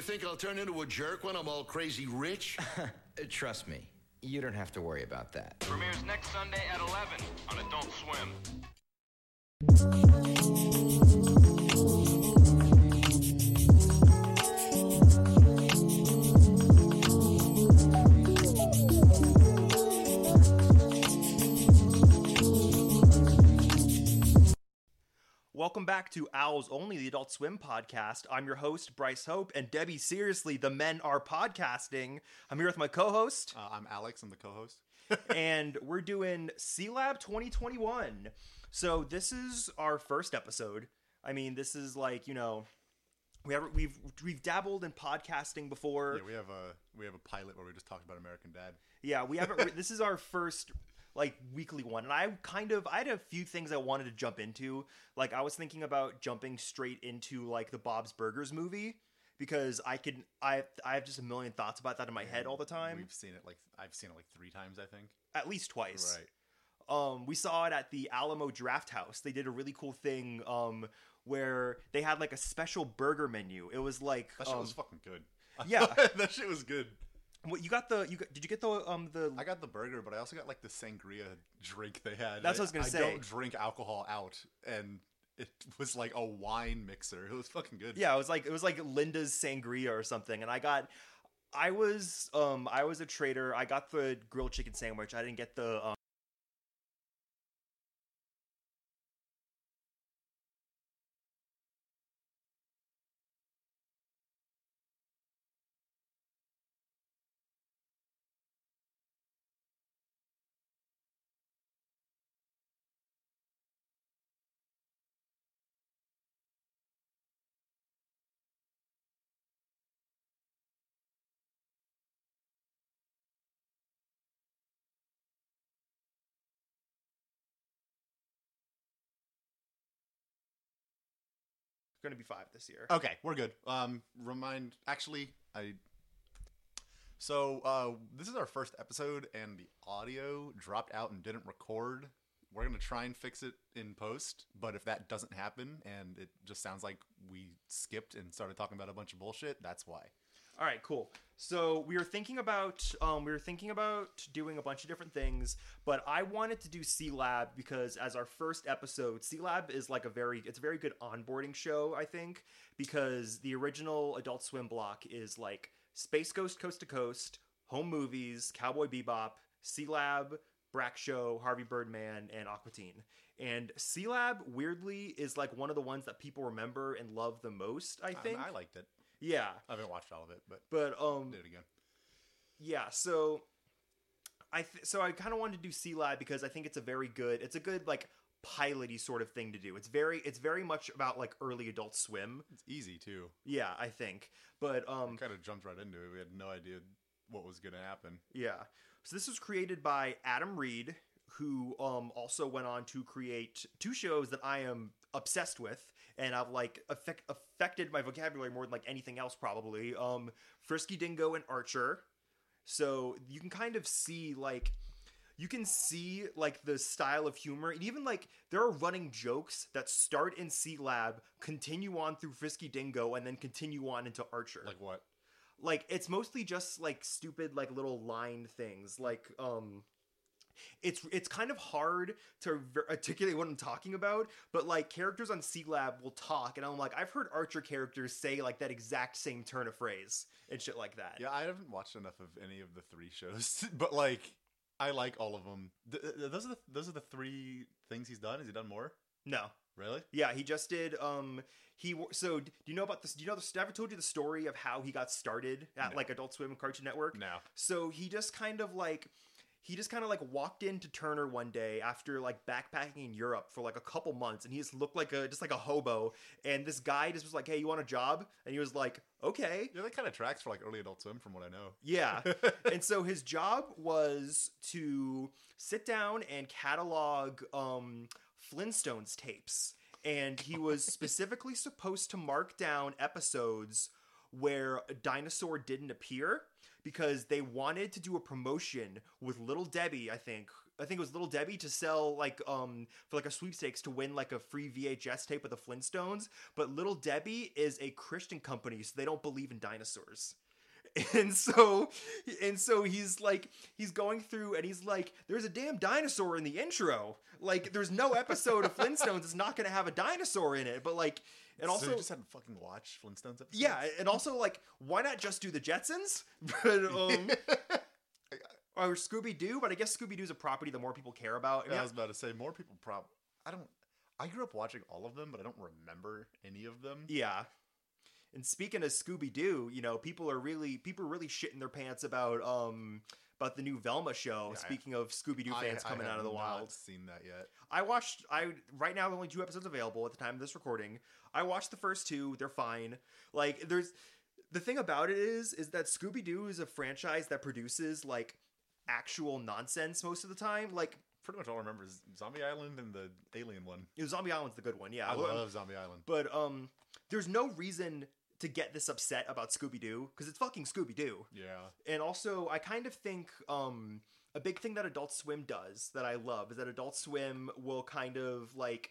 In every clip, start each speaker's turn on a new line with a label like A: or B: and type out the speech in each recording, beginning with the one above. A: think I'll turn into a jerk when I'm all crazy rich?
B: Trust me, you don't have to worry about that.
C: Premieres next Sunday at 11 on Adult Swim.
D: Welcome back to Owls Only, the Adult Swim podcast. I'm your host, Bryce Hope, and Debbie, seriously, the men are podcasting. I'm here with my co host,
E: Uh, I'm Alex. I'm the co-host.
D: and we're doing C Lab 2021. So, this is our first episode. I mean, this is like, you know. We have, we've we've dabbled in podcasting before.
E: Yeah, we have a we have a pilot where we just talked about American Dad.
D: Yeah, we haven't. re- this is our first like weekly one, and I kind of I had a few things I wanted to jump into. Like I was thinking about jumping straight into like the Bob's Burgers movie because I could I I have just a million thoughts about that in my head all the time,
E: We've seen it like I've seen it like three times, I think.
D: at least twice.
E: Right.
D: Um, we saw it at the Alamo Draft House. They did a really cool thing. Um. Where they had like a special burger menu. It was like
E: That shit
D: um,
E: was fucking good.
D: yeah.
E: that shit was good.
D: what- you got the you got, did you get the um the
E: I got the burger, but I also got like the sangria drink they had.
D: That's what I was gonna say.
E: don't drink alcohol out, and it was like a wine mixer. It was fucking good.
D: Yeah, it was like it was like Linda's sangria or something, and I got. I was um I was a trader. I got the grilled chicken sandwich. I didn't get the um, going to be 5 this year.
E: Okay, we're good. Um, remind actually, I. So uh, this is our first episode, and the audio dropped out and didn't record. We're gonna try and fix it in post, but if that doesn't happen and it just sounds like we skipped and started talking about a bunch of bullshit, that's why.
D: All right, cool. So we were thinking about um, we were thinking about doing a bunch of different things, but I wanted to do C Lab because as our first episode, C Lab is like a very it's a very good onboarding show, I think, because the original Adult Swim block is like Space Ghost Coast to Coast, Home Movies, Cowboy Bebop, C Lab, Brack Show, Harvey Birdman, and Aquatine. And C Lab weirdly is like one of the ones that people remember and love the most. I
E: Um,
D: think.
E: I liked it.
D: yeah.
E: I haven't watched all of it, but
D: But um,
E: do it again.
D: yeah so i th- so i kind of wanted to do c lab because i think it's a very good it's a good like piloty sort of thing to do it's very it's very much about like early adult swim
E: It's easy too.
D: yeah i think but um
E: Kind of jumped right into it. We had no idea what was gonna happen.
D: yeah so this was created by adam reed who um also went on to create two shows that i am obsessed with and i've like affect, affected my vocabulary more than like anything else probably um frisky dingo and archer so you can kind of see like you can see like the style of humor and even like there are running jokes that start in c lab continue on through frisky dingo and then continue on into archer
E: Like what?
D: like it's mostly just like stupid like little line things like um it's it's kind of hard to ver- articulate what I'm talking about, but like characters on C Lab will talk, and I'm like, I've heard Archer characters say like that exact same turn of phrase and shit like that.
E: Yeah, I haven't watched enough of any of the three shows, but like I like all of them. Th- th- those are the those are the three things he's done. Has he done more?
D: No.
E: Really?
D: Yeah, he just did. Um, he wo- so d- do you know about this? Do you know this? I've told you the story of how he got started at
E: No.
D: like Adult Swim and Cartoon Network.
E: No.
D: So he just kind of like he just kind of like walked into Turner one day after like backpacking in Europe for like a couple months and he just looked like a just like a hobo and this guy just was like, "Hey, you want a job?" and he was like, "Okay."
E: Yeah, that kind of tracks for like early Adult Swim, from what I know.
D: Yeah. and so his job was to sit down and catalog um, Flintstones tapes. And he was specifically supposed to mark down episodes where a dinosaur didn't appear because they wanted to do a promotion with Little Debbie, I think, I think it was Little Debbie to sell like um for like a sweepstakes to win like a free VHS tape of the Flintstones. But Little Debbie is a Christian company, so they don't believe in dinosaurs. And so and so he's like he's going through and he's like, there's a damn dinosaur in the intro. Like there's no episode of Flintstones that's not gonna have a dinosaur in it. But like and also
E: Also, so you just had to fucking watch Flintstones episodes.
D: yeah, and also like, why not just do the Jetsons? But um, or Scooby Doo. But I guess Scooby Doo's a property the more people care about. I mean,
E: I was about to say more people prob. I don't. I grew up watching all of them, but I don't remember any of them.
D: yeah. And speaking of Scooby Doo, you know, people are really people are really shitting their pants about um about the new Velma show.
E: Yeah, I-
D: speaking of Scooby Doo
E: I-
D: fans
E: I
D: coming
E: have
D: out of the
E: not
D: wild,
E: Seen that yet?
D: I watched. I right now there are only two episodes available at the time of this recording. I watched the first two. They're fine. Like there's the thing about it is is that Scooby Doo is a franchise that produces like actual nonsense most of the time. Like
E: Pretty much all I remember is Zombie Island and the Alien one.
D: Zombie Island's the good one. Yeah,
E: I love Zombie Island.
D: But um, there's no reason to get this upset about Scooby Doo because it's fucking Scooby Doo.
E: Yeah.
D: and also I kind of think um, a big thing that Adult Swim does that I love is that Adult Swim will kind of like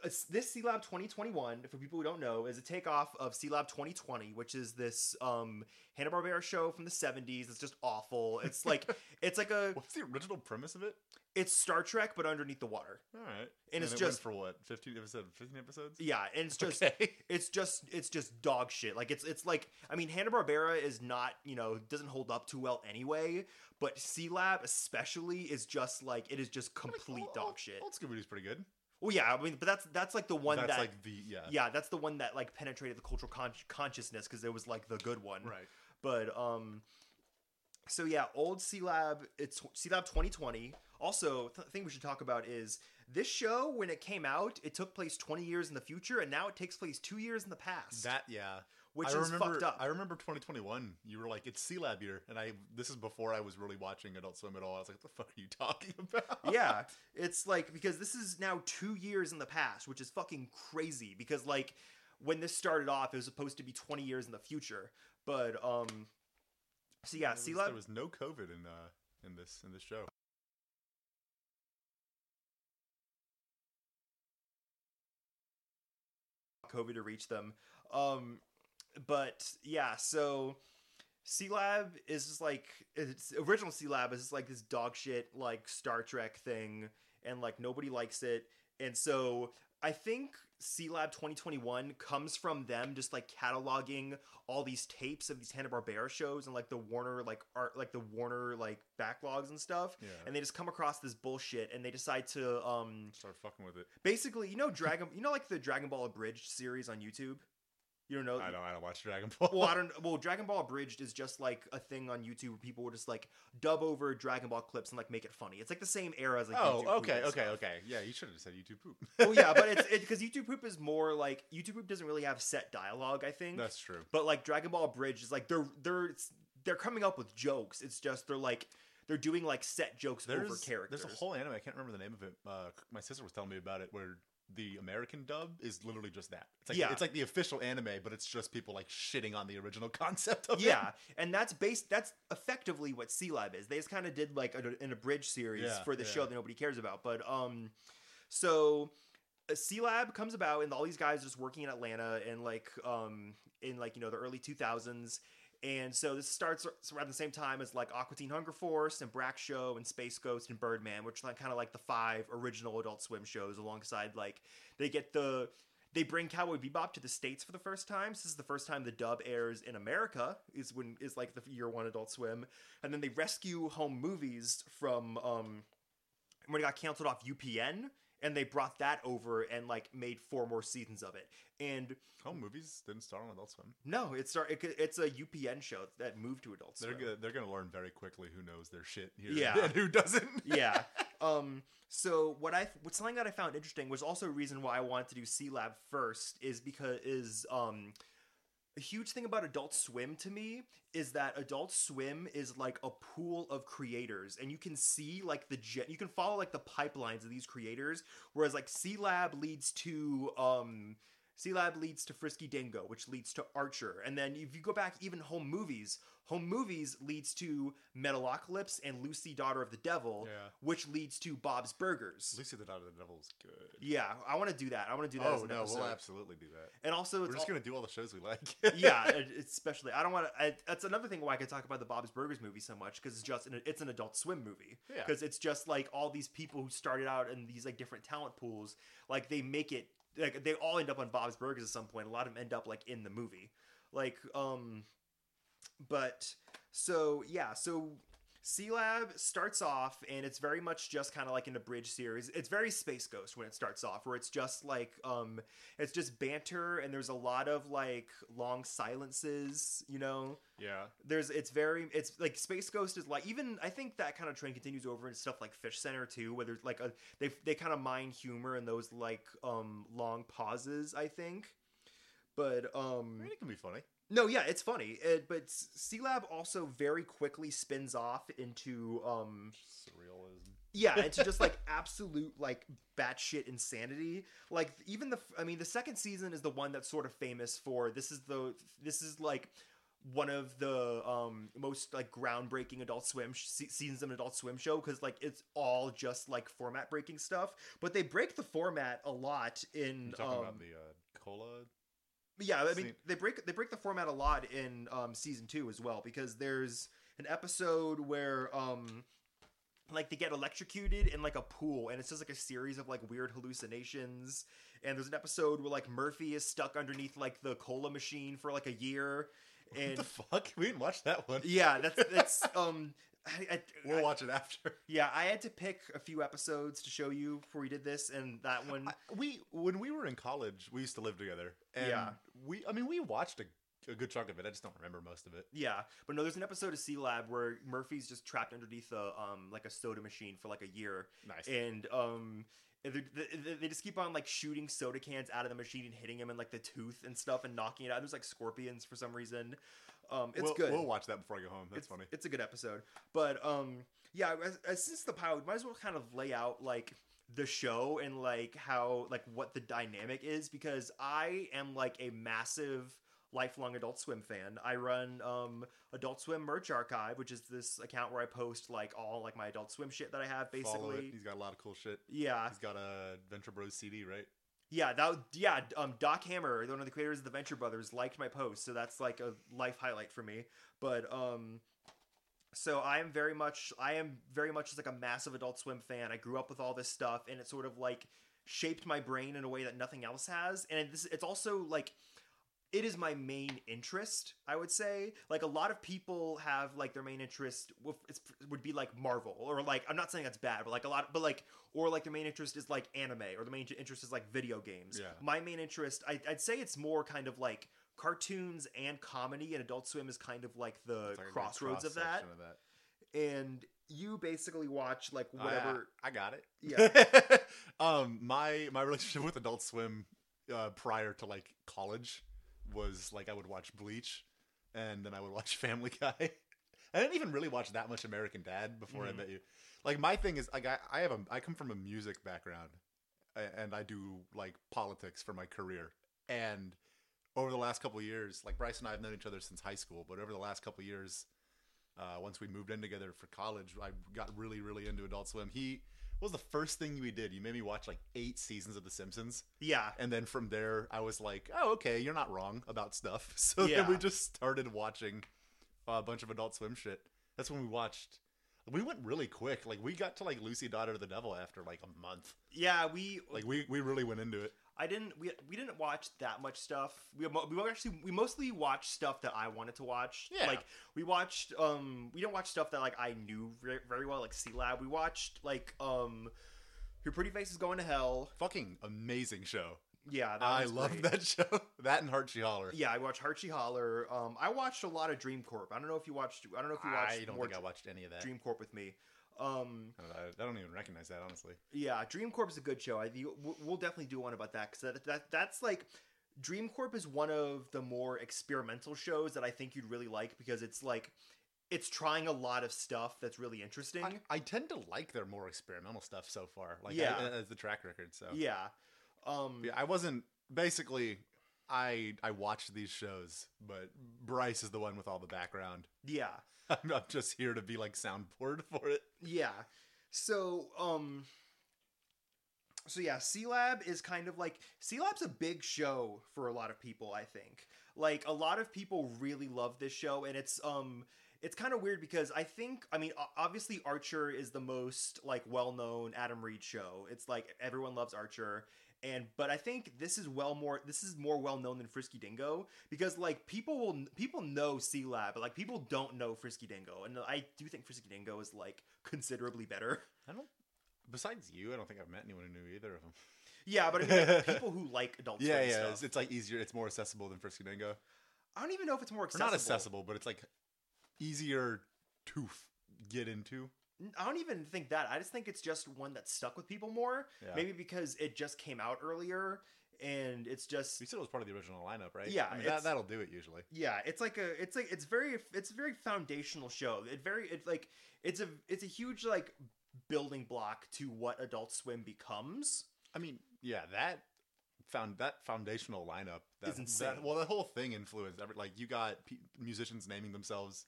D: it's- this C Lab 2021 for people who don't know is a takeoff of C Lab 2020, which is this um, Hanna Barbera show from the 70s. It's just awful. It's like it's like a
E: What's the original premise of it?
D: it's Star Trek but underneath the water.
E: All right.
D: And it's
E: it went
D: just-
E: for what fifteen episodes? Fifteen episodes?
D: Yeah, and it's just it's just it's just dog shit. Like it's it's like I mean Hanna Barbera is not you know doesn't hold up too well anyway, but C Lab especially is just like it is just complete
E: Old-
D: dog
E: old-
D: shit.
E: Old Scooby Doo's pretty good.
D: Well, yeah, I mean, but that's that's like the one
E: That's
D: that
E: like the yeah.
D: yeah that's the one that like penetrated the cultural con- consciousness because it was like the good one,
E: Right.
D: But um, so yeah, old C Lab it's C Lab 2020. Also, the thing we should talk about is this show when it came out, it took place 20 years in the future, and now it takes place two years in the past.
E: That yeah.
D: Which
E: I
D: is
E: remember,
D: fucked up.
E: I remember 2021. You were like, "It's C Lab year," and I. This is before I was really watching Adult Swim at all. I was like, "What the fuck are you talking about?"
D: yeah, it's like because this is now two years in the past, which is fucking crazy. Because like when this started off, it was supposed to be 20 years in the future, but um, so yeah,
E: There
D: C
E: was-
D: Lab.
E: There was no COVID in uh in this in this show.
D: COVID to reach them. Um, but yeah, so C Lab is just like it's original C Lab is just like this dog shit like Star Trek thing, and like nobody likes it. And so I think C Lab 2021 comes from them just like cataloging all these tapes of these Hanna Barbera shows and like the Warner like art like the Warner like backlogs and stuff.
E: Yeah.
D: And they just come across this bullshit and they decide to um
E: Started fucking with it.
D: basically you know dragon you know like the dragon ball abridged series on youtube you don't know
E: I don't. I don't watch Dragon Ball.
D: well i don't well dragon ball abridged is just like a thing on youtube where people will just like dub over dragon ball clips and like make it funny it's like the same era as like
E: oh,
D: YouTube poop
E: okay,
D: and
E: okay,
D: stuff.
E: okay. Yeah, you should have said YouTube poop.
D: well yeah but it's because youtube poop is more like youtube poop doesn't really have set dialogue i think
E: That's true.
D: but like Dragon Ball Bridge is like they're they're it's, they're coming up with jokes. It's just they're like they're doing like set jokes
E: There's
D: over characters.
E: there's a whole anime. I can't remember the name of it. Uh, my sister was telling me about it, where the American dub is literally just that. It's like
D: Yeah.
E: it's like the official anime, but it's just people like shitting on the original concept of
D: yeah
E: it.
D: and that's based that's effectively what c lab is they just kind of did like a, an abridged series
E: Yeah,
D: for the
E: yeah.
D: show that nobody cares about but um so uh, c lab comes about and all these guys just working in atlanta and like um in like you know the early 2000s and so this starts ar- around the same time as like Aqua Teen Hunger Force and Brack Show and Space Ghost and Birdman, which are like kind of like the five original Adult Swim shows. Alongside like they get the they bring Cowboy Bebop to the states for the first time. So this is the first time the dub airs in America. Is when is like the year one Adult Swim, and then they rescue home movies from um when it got canceled off UPN, and they brought that over and like made four more seasons of it. And
E: Home Oh, movies didn't start on Adult Swim.
D: no, it's our- it, it's a UPN show that moved to Adult
E: They're
D: Swim.
E: go- they're gonna learn very quickly who knows their shit here
D: Yeah.
E: and who doesn't.
D: yeah. Um. So what I th- what something that I found interesting was also a reason why I wanted to do C Lab first is because is um a huge thing about Adult Swim to me is that Adult Swim is like a pool of creators, and you can see like the gen- you can follow like the pipelines of these creators, whereas like C Lab leads to um C Lab leads to Frisky Dingo, which leads to Archer. And then if you go back even home movies, home movies leads to Metalocalypse and Lucy, Daughter of the Devil,
E: Yeah.
D: which leads to Bob's Burgers.
E: Lucy the Daughter of the Devil is good.
D: yeah, I want to do that. I want to do that. as
E: Oh
D: an
E: no,
D: episode.
E: we'll absolutely do that.
D: And also, it's
E: We're just
D: al-
E: gonna do all the shows we like.
D: yeah, it- it's especially. I don't want to. That's another thing why I could talk about the Bob's Burgers movie so much because it's just an, it's an Adult Swim movie.
E: Yeah.
D: Because it's just like all these people who started out in these like different talent pools, like they make it. Like they all end up on Bob's Burgers at some point. A lot of them end up like in the movie, like um, but so yeah, so C Lab starts off and it's very much just kind of like an abridged series. It's very Space Ghost when it starts off, where it's just like um, it's just banter and there's a lot of like long silences, you know
E: yeah.
D: there's it's very it's like space ghost is like even i think that kind of trend continues over in stuff like fish center too where there's like a they they kind of mine humor in those like um long pauses i think but um
E: I mean, it can be funny.
D: no yeah it's funny it, but c lab also very quickly spins off into um
E: Surrealism.
D: yeah, it's just like absolute like batshit insanity. Like even the I mean the second season is the one that's sort of famous for this is the this is like one of the um most like groundbreaking adult swim sh- se- seasons of an adult swim show cuz like it's all just like format breaking stuff but they break the format a lot in
E: You talking
D: um,
E: about the uh, cola?
D: yeah, I mean
E: Scene.
D: they break they break the format a lot in um, season two as well because there's an episode where um like they get electrocuted in like a pool and it's just like a series of like weird hallucinations and there's an episode where like Murphy is stuck underneath like the cola machine for like a year
E: What
D: and
E: the fuck? We didn't watch that one.
D: yeah that's that's um I, I,
E: We'll
D: I-
E: watch it after.
D: yeah I had to pick a few episodes to show you before we did this and that one
E: I, we when we were in college, we used to live together, and
D: Yeah.
E: we I mean we watched a, a good chunk of it. I just don't remember most of it.
D: Yeah, but no, there's an episode of Sea Lab where Murphy's just trapped underneath a um like a soda machine for like a year,
E: Nice.
D: and um and they- they, they just keep on like shooting soda cans out of the machine and hitting him in like the tooth and stuff and knocking it out. There's like scorpions for some reason. Um, it's
E: we'll,
D: good.
E: We'll watch that before I go home. That's
D: it's,
E: funny.
D: It's a good episode, but um yeah, as, as, since the pilot, we might as well kind of lay out like the show and like how like what the dynamic is because I am like a massive lifelong Adult Swim fan. I run um Adult Swim merch archive, which is this account where I post like all like my Adult Swim shit that I have
E: Follow it.
D: basically.
E: He's got a lot of cool shit.
D: Yeah,
E: He's got a Venture Bros CD, right?
D: yeah, that would- yeah. Um, Doc Hammer, one of the creators of the Venture Brothers, liked my post, so that's like a life highlight for me. But um, so I am very much, I am very much just like a massive Adult Swim fan. I grew up with all this stuff, and it sort of like shaped my brain in a way that nothing else has. And this, it's also like it is my main interest i would say like a lot of people have like their main interest w- it's- would be like marvel or like i'm not saying that's bad but like a lot but like or like their main interest is like anime or the main interest is like video games
E: Yeah.
D: my main interest I, i'd say it's more kind of like cartoons and comedy and adult swim is kind of like the
E: It's like a good
D: crossroads of that
E: cross-section of that.
D: and you basically watch like
E: I-
D: whatever
E: Oh, I, got it.
D: Yeah.
E: um, my my relationship with Adult Swim uh, prior to like college was like I would watch Bleach, and then I would watch Family Guy. I didn't even really watch that much American Dad before I
D: Mhm.
E: met you. Like my thing is like I, I have a I come from a music background, a- and I do like politics for my career. And over the last couple of years, like Bryce and I have known each other since high school, but over the last couple of years, uh, once we moved in together for college, I got really, really into Adult Swim. He what was the first thing we did. You made me watch like eight seasons of The Simpsons,
D: yeah
E: and then from there, I was like, "Oh, okay, you're not wrong about stuff." So
D: Yeah.
E: then we just started watching uh, a bunch of Adult Swim shit. That's when we watched. We went really quick. Like we got to like Lucy, Daughter of the Devil after like a month.
D: yeah we
E: Like we we really went into it.
D: I didn't. We, we didn't watch that much stuff. We, mo- we actually we mostly watched stuff that I wanted to watch.
E: Yeah.
D: Like we watched. Um, we didn't watch stuff that like I knew very, very well, like C Lab. We watched like um, Your Pretty Face is Going to Hell.
E: Fucking amazing show.
D: Yeah, that
E: I
D: one's
E: love
D: great.
E: that show. that and Heart She Holler.
D: Yeah, I watched Harchie Holler. Um, I watched a lot of Dream Corp. I don't know if you watched. I don't know if you watched
E: I don't
D: more
E: think I watched any of that. Uh,
D: Dream Corp with me. Um,
E: I don't know. I don't even recognize that honestly.
D: Yeah, Dream Corp is a good show. I you- we'll- we'll definitely do one about that because that, that that's like Dream Corp is one of the more experimental shows that I think you'd really like because it's like it's trying a lot of stuff that's really interesting.
E: I, I tend to like their more experimental stuff so far. Like,
D: Yeah.
E: I, as the track record. So
D: yeah. Um,
E: Yeah, I wasn't basically I I watched these shows, but Bryce is the one with all the background.
D: yeah,
E: I'm, I'm just here to be like soundboard for it.
D: yeah. So, um, so yeah, C Lab is kind of like C Lab's a big show for a lot of people. I think like a lot of people really love this show, and it's um. It's kind of weird because I think I mean o- obviously Archer is the most like well-known Adam Reed show. It's like everyone loves Archer and but I think this is well more this is more well known than Frisky Dingo because like people will people know C Lab but like people don't know Frisky Dingo and I do think Frisky Dingo is like considerably better.
E: I don't. Besides you, I don't think I've met anyone who knew either of them.
D: Yeah, but I mean, like, people who like adult
E: Yeah,
D: Swim
E: yeah.
D: stuff.
E: It's, it's like easier. It's more accessible than Frisky Dingo.
D: I don't even know if it's more
E: Or
D: accessible.
E: not accessible, but it's like easier to f- get into.
D: N- I don't even think that. I just think it's just one that stuck with people more.
E: Yeah.
D: Maybe because it just came out earlier and it's just
E: You said it was part of the original lineup, right?
D: Yeah,
E: I mean,
D: it's-
E: that, that'll do it usually.
D: yeah it's like a it's like it's very it's a very foundational show it very it's like it's a it's a huge like building block to what adult swim becomes
E: I mean, yeah, that found that foundational lineup that,
D: Is insane.
E: that- well, the whole thing influenced every like you got pe musicians naming themselves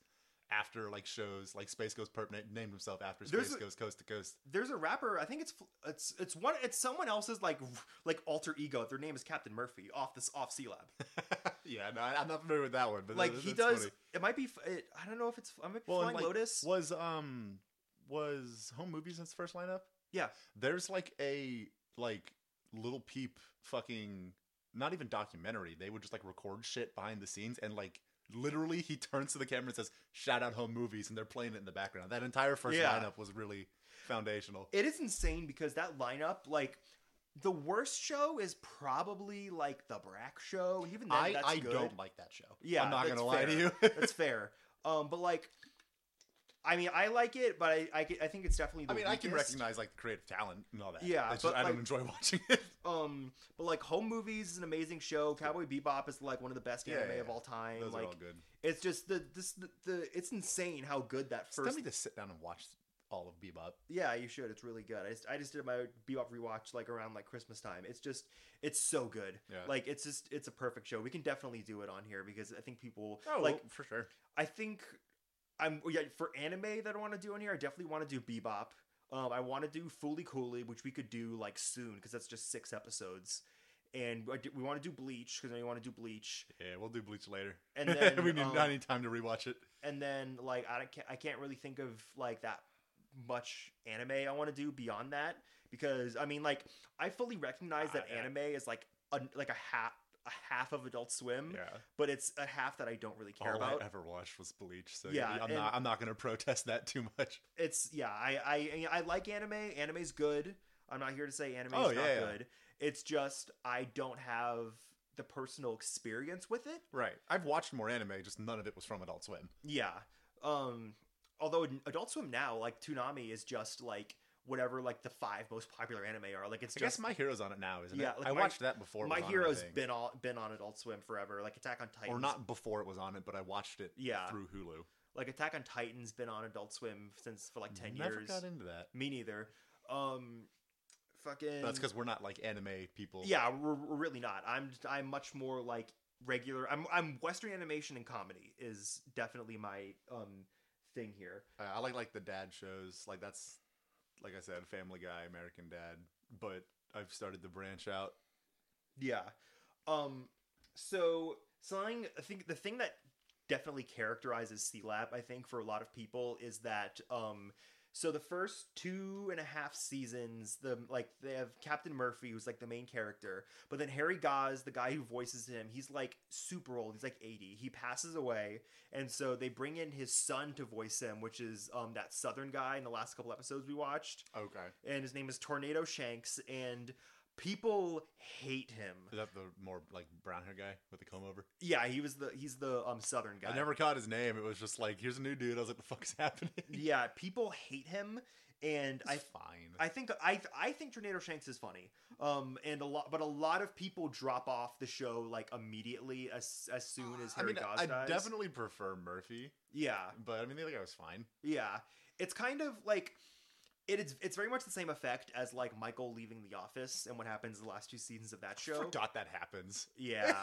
E: after like shows like Space Ghost Perp na- named himself after
D: There's
E: Space
D: a-
E: Ghost Coast to Coast.
D: there's a rapper i think it's it's it's one it's someone else's like like alter ego their name is captain murphy off this off c lab
E: yeah, no, I- I'm not familiar with that one, but
D: like
E: that-
D: he
E: that's
D: does
E: funny.
D: it might be f- it, i don't know if it's i might be
E: Well, and,
D: flying
E: like,
D: lotus
E: was um was Home Movies his first lineup?
D: Yeah.
E: there's like a like little peep fucking not even documentary. They would just like record shit behind the scenes and like literally he turns to the camera and says shout out Home Movies and they're playing it in the background. That entire first
D: Yeah.
E: lineup was really foundational.
D: it is insane because that lineup like the worst show is probably like the brack show and even then
E: I
D: that's
E: I
D: good.
E: don't like that show.
D: Yeah,
E: I'm not
D: that's
E: gonna lie to
D: fair.
E: you.
D: that's fair. Um, but like, I mean, I like it, but I I, ca- I think it's definitely. The
E: I mean, I can
D: weakest.
E: recognize like the creative talent and all that.
D: Yeah,
E: it's
D: but,
E: just, I
D: like-
E: don't enjoy watching it.
D: Um, but like, Home Movies is an amazing show. Cowboy Bebop is like one of the best
E: Yeah,
D: anime
E: yeah,
D: of all time.
E: Those
D: like,
E: are all good.
D: it's just the this the, the it's insane how good that
E: First,
D: first.
E: tell me to sit down and watch all of Bebop.
D: yeah, you should. It's really good. I just I just did my Bebop rewatch like around like Christmas time. It's just it's so good.
E: Yeah.
D: Like it's just it's a perfect show. We can definitely do it on here because I think people
E: Oh,
D: like
E: for sure.
D: I think I'm yeah for anime that I want to do in here. I definitely want to do Bebop. Um, I want to do Fully Cooley, which we could do like soon because that's just six episodes. And I do- we want to do Bleach because we want to do Bleach.
E: Yeah, we'll do Bleach later.
D: And then,
E: we need,
D: um,
E: I need time to rewatch it.
D: And then like I don't, can't I can't really think of like that much anime I want to do beyond that because I mean like I fully recognize
E: Ah,
D: that
E: yeah.
D: anime is like a, like a half a half of Adult Swim, but it's a half that I don't really care
E: All
D: about.
E: Oh, I ever watched was Bleach, so
D: Yeah,
E: yeah, I'm
D: and-
E: not. I'm not going to protest that too much.
D: it's yeah I, I i like anime anime's good i'm not here to say anime's
E: Oh,
D: not
E: yeah, yeah.
D: good it's just i don't have the personal experience with it
E: Right. I've watched more anime, just none of it was from Adult Swim.
D: yeah um although in adult swim now like toonami is just like whatever like the five most popular anime are like it's
E: I
D: just
E: guess My Hero's on it now, isn't
D: Yeah,
E: it?
D: like
E: I
D: My-
E: watched that before. it
D: my
E: was on it, I
D: hero's
E: think.
D: been all been on adult swim forever like attack on titan
E: or not before it was on it, but I watched it.
D: Yeah.
E: through Hulu.
D: like attack on titan's been on adult swim since for like 10
E: Never
D: years
E: got into that.
D: me neither um fucking
E: That's because we're not like anime people.
D: Yeah, we're, we're really not. I'm I'm much more like regular. I'm I'm Western animation and comedy is definitely my um thing here.
E: Uh, I like like the dad shows. Like that's like I said, Family Guy, American Dad. But I've started to branch out.
D: Yeah. Um. So something I think the thing that definitely characterizes C Lab I think for a lot of people is that um. So the first two and a half seasons, the like they have Captain Murphy, who's like the main character, but then Harry Goz, the guy who voices him, he's like super old. He's like eighty. He passes away, and so they bring in his son to voice him, which is um that Southern guy in the last couple episodes we watched,
E: Okay.
D: and his name is Tornado Shanks, and people hate him.
E: Is that the more like brown hair guy with the comb over?
D: Yeah, he was the he's the um southern guy.
E: I never caught his name. It was just like, here's a new dude. I was like, the fuck's happening?
D: Yeah, people hate him, and I
E: It's fine.
D: I think I I think Tornado Shanks is funny. Um, and a lot, but a lot of people drop off the show like immediately as as soon as
E: I
D: Harry
E: mean,
D: Goss
E: I
D: dies.
E: definitely prefer Murphy,
D: yeah,
E: but I mean, the other guy was fine.
D: yeah. It's kind of like It is it's very much the same effect as like Michael leaving the office and what happens in the last two seasons of that show.
E: Forgot that happens.
D: Yeah.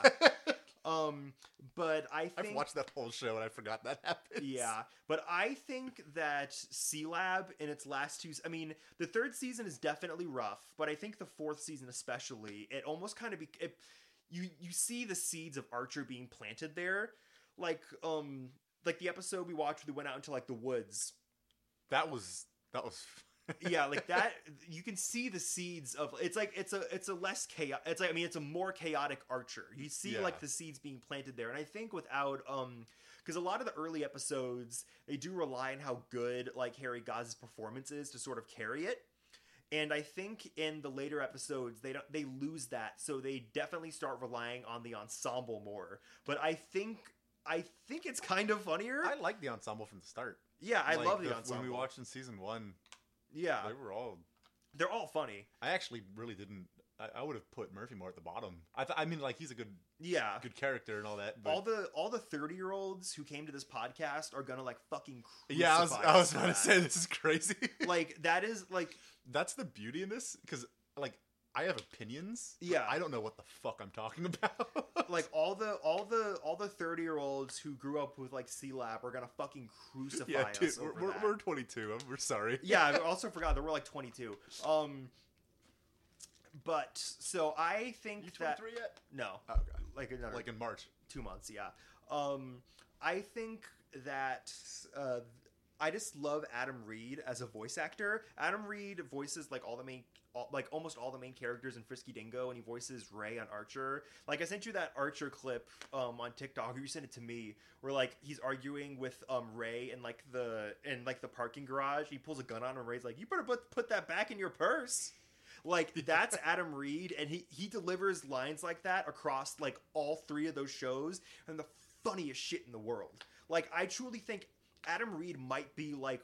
D: um but I think
E: I've watched that whole show and I forgot that happens.
D: Yeah, but I think that C Lab in its last two, I mean, the third season is definitely rough, but I think the fourth season especially, it almost kind of be, it, you you see the seeds of Archer being planted there, like um like the episode we watched, we went out into like the woods.
E: That was that was
D: Yeah, like that. You can see the seeds of it's like it's a it's a less chaotic. It's like I mean it's a more chaotic Archer. You see
E: Yeah.
D: like the seeds being planted there, and I think without um because a lot of the early episodes they do rely on how good like Harry Gaz's performance is to sort of carry it. And I think in the later episodes they don't they lose that, so they definitely start relying on the ensemble more. But I think I think it's kind of funnier.
E: I liked the ensemble from the start.
D: yeah, I
E: Like,
D: love the, ensemble.
E: When we watched in season one,
D: yeah,
E: they were all
D: they're all funny.
E: I actually really didn't I, I would have put Murphy more at the bottom. I th- I mean like he's a good
D: Yeah,
E: good character and all that. But
D: all the all the 30 year olds who came to this podcast are gonna like fucking crucify
E: yeah, I was, I
D: us
E: was
D: for
E: about to
D: that.
E: say this is crazy.
D: like that is like
E: That's the beauty in this because like I have opinions. but
D: Yeah.
E: I don't know what the fuck I'm talking about.
D: like all the all the all the 30 year olds who grew up with like C Lab are gonna fucking crucify
E: yeah, dude,
D: us
E: we're,
D: over
E: we're,
D: that.
E: we're 22. I'm, we're sorry.
D: yeah, I also forgot that we're like 22. Um, but so I think
E: You
D: that
E: 23 yet?
D: no,
E: Oh, God.
D: like another
E: Like in March.
D: two months yeah um i think that uh i just love adam reed as a voice actor adam reed voices like all the main all, like almost all the main characters in frisky dingo and he voices ray on archer like i sent you that archer clip um on tiktok or you sent it to me where like he's arguing with um ray in like the in like the parking garage he pulls a gun on him and ray's like you better put, put that back in your purse like that's Adam Reed, and he he delivers lines like that across like all three of those shows, and the funniest shit in the world. Like I truly think Adam Reed might be like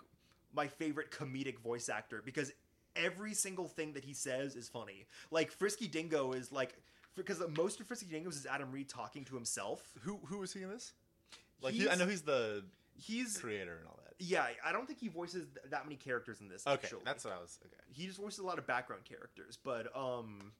D: my favorite comedic voice actor because every single thing that he says is funny. Like Frisky Dingo is like because most of Frisky Dingo's is Adam Reed talking to himself.
E: Who who was he in this? Like he, I
D: He's-
E: know he's the
D: He's
E: creator and all that.
D: yeah, I don't think he voices th- that many characters in this.
E: Okay,
D: actually.
E: that's what I was. Okay,
D: he just voices a lot of background characters. But um,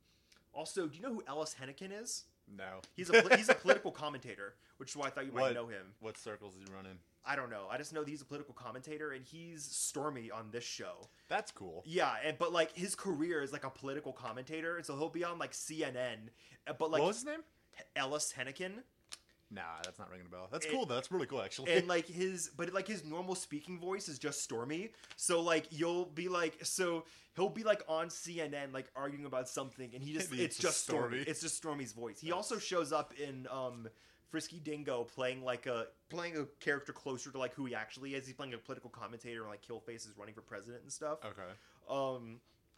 D: also, do you know who Ellis Hennigan is?
E: no.
D: He's a poli- he's a political commentator, which is why I thought you might
E: What?
D: know him.
E: What circles is he running?
D: I don't know. I just know that he's a political commentator, and he's stormy on this show.
E: That's cool.
D: Yeah, and but like his career is like a political commentator, and so he'll be on like CNN. uh, But like
E: what was his name?
D: Ellis Hennigan,
E: Nah, that's not ringing a bell. That's
D: It-
E: cool though. That's really cool actually.
D: and like his but like his normal speaking voice is just stormy so like you'll be like so he'll be like on cnn like arguing about something and he just
E: And
D: it's,
E: it's just
D: just stormy.
E: Stormy.
D: it's just stormy's voice he also shows up in um frisky dingo playing like a playing a character closer to like who he actually is he's playing a political commentator and like killface is running for president and stuff
E: okay,
D: um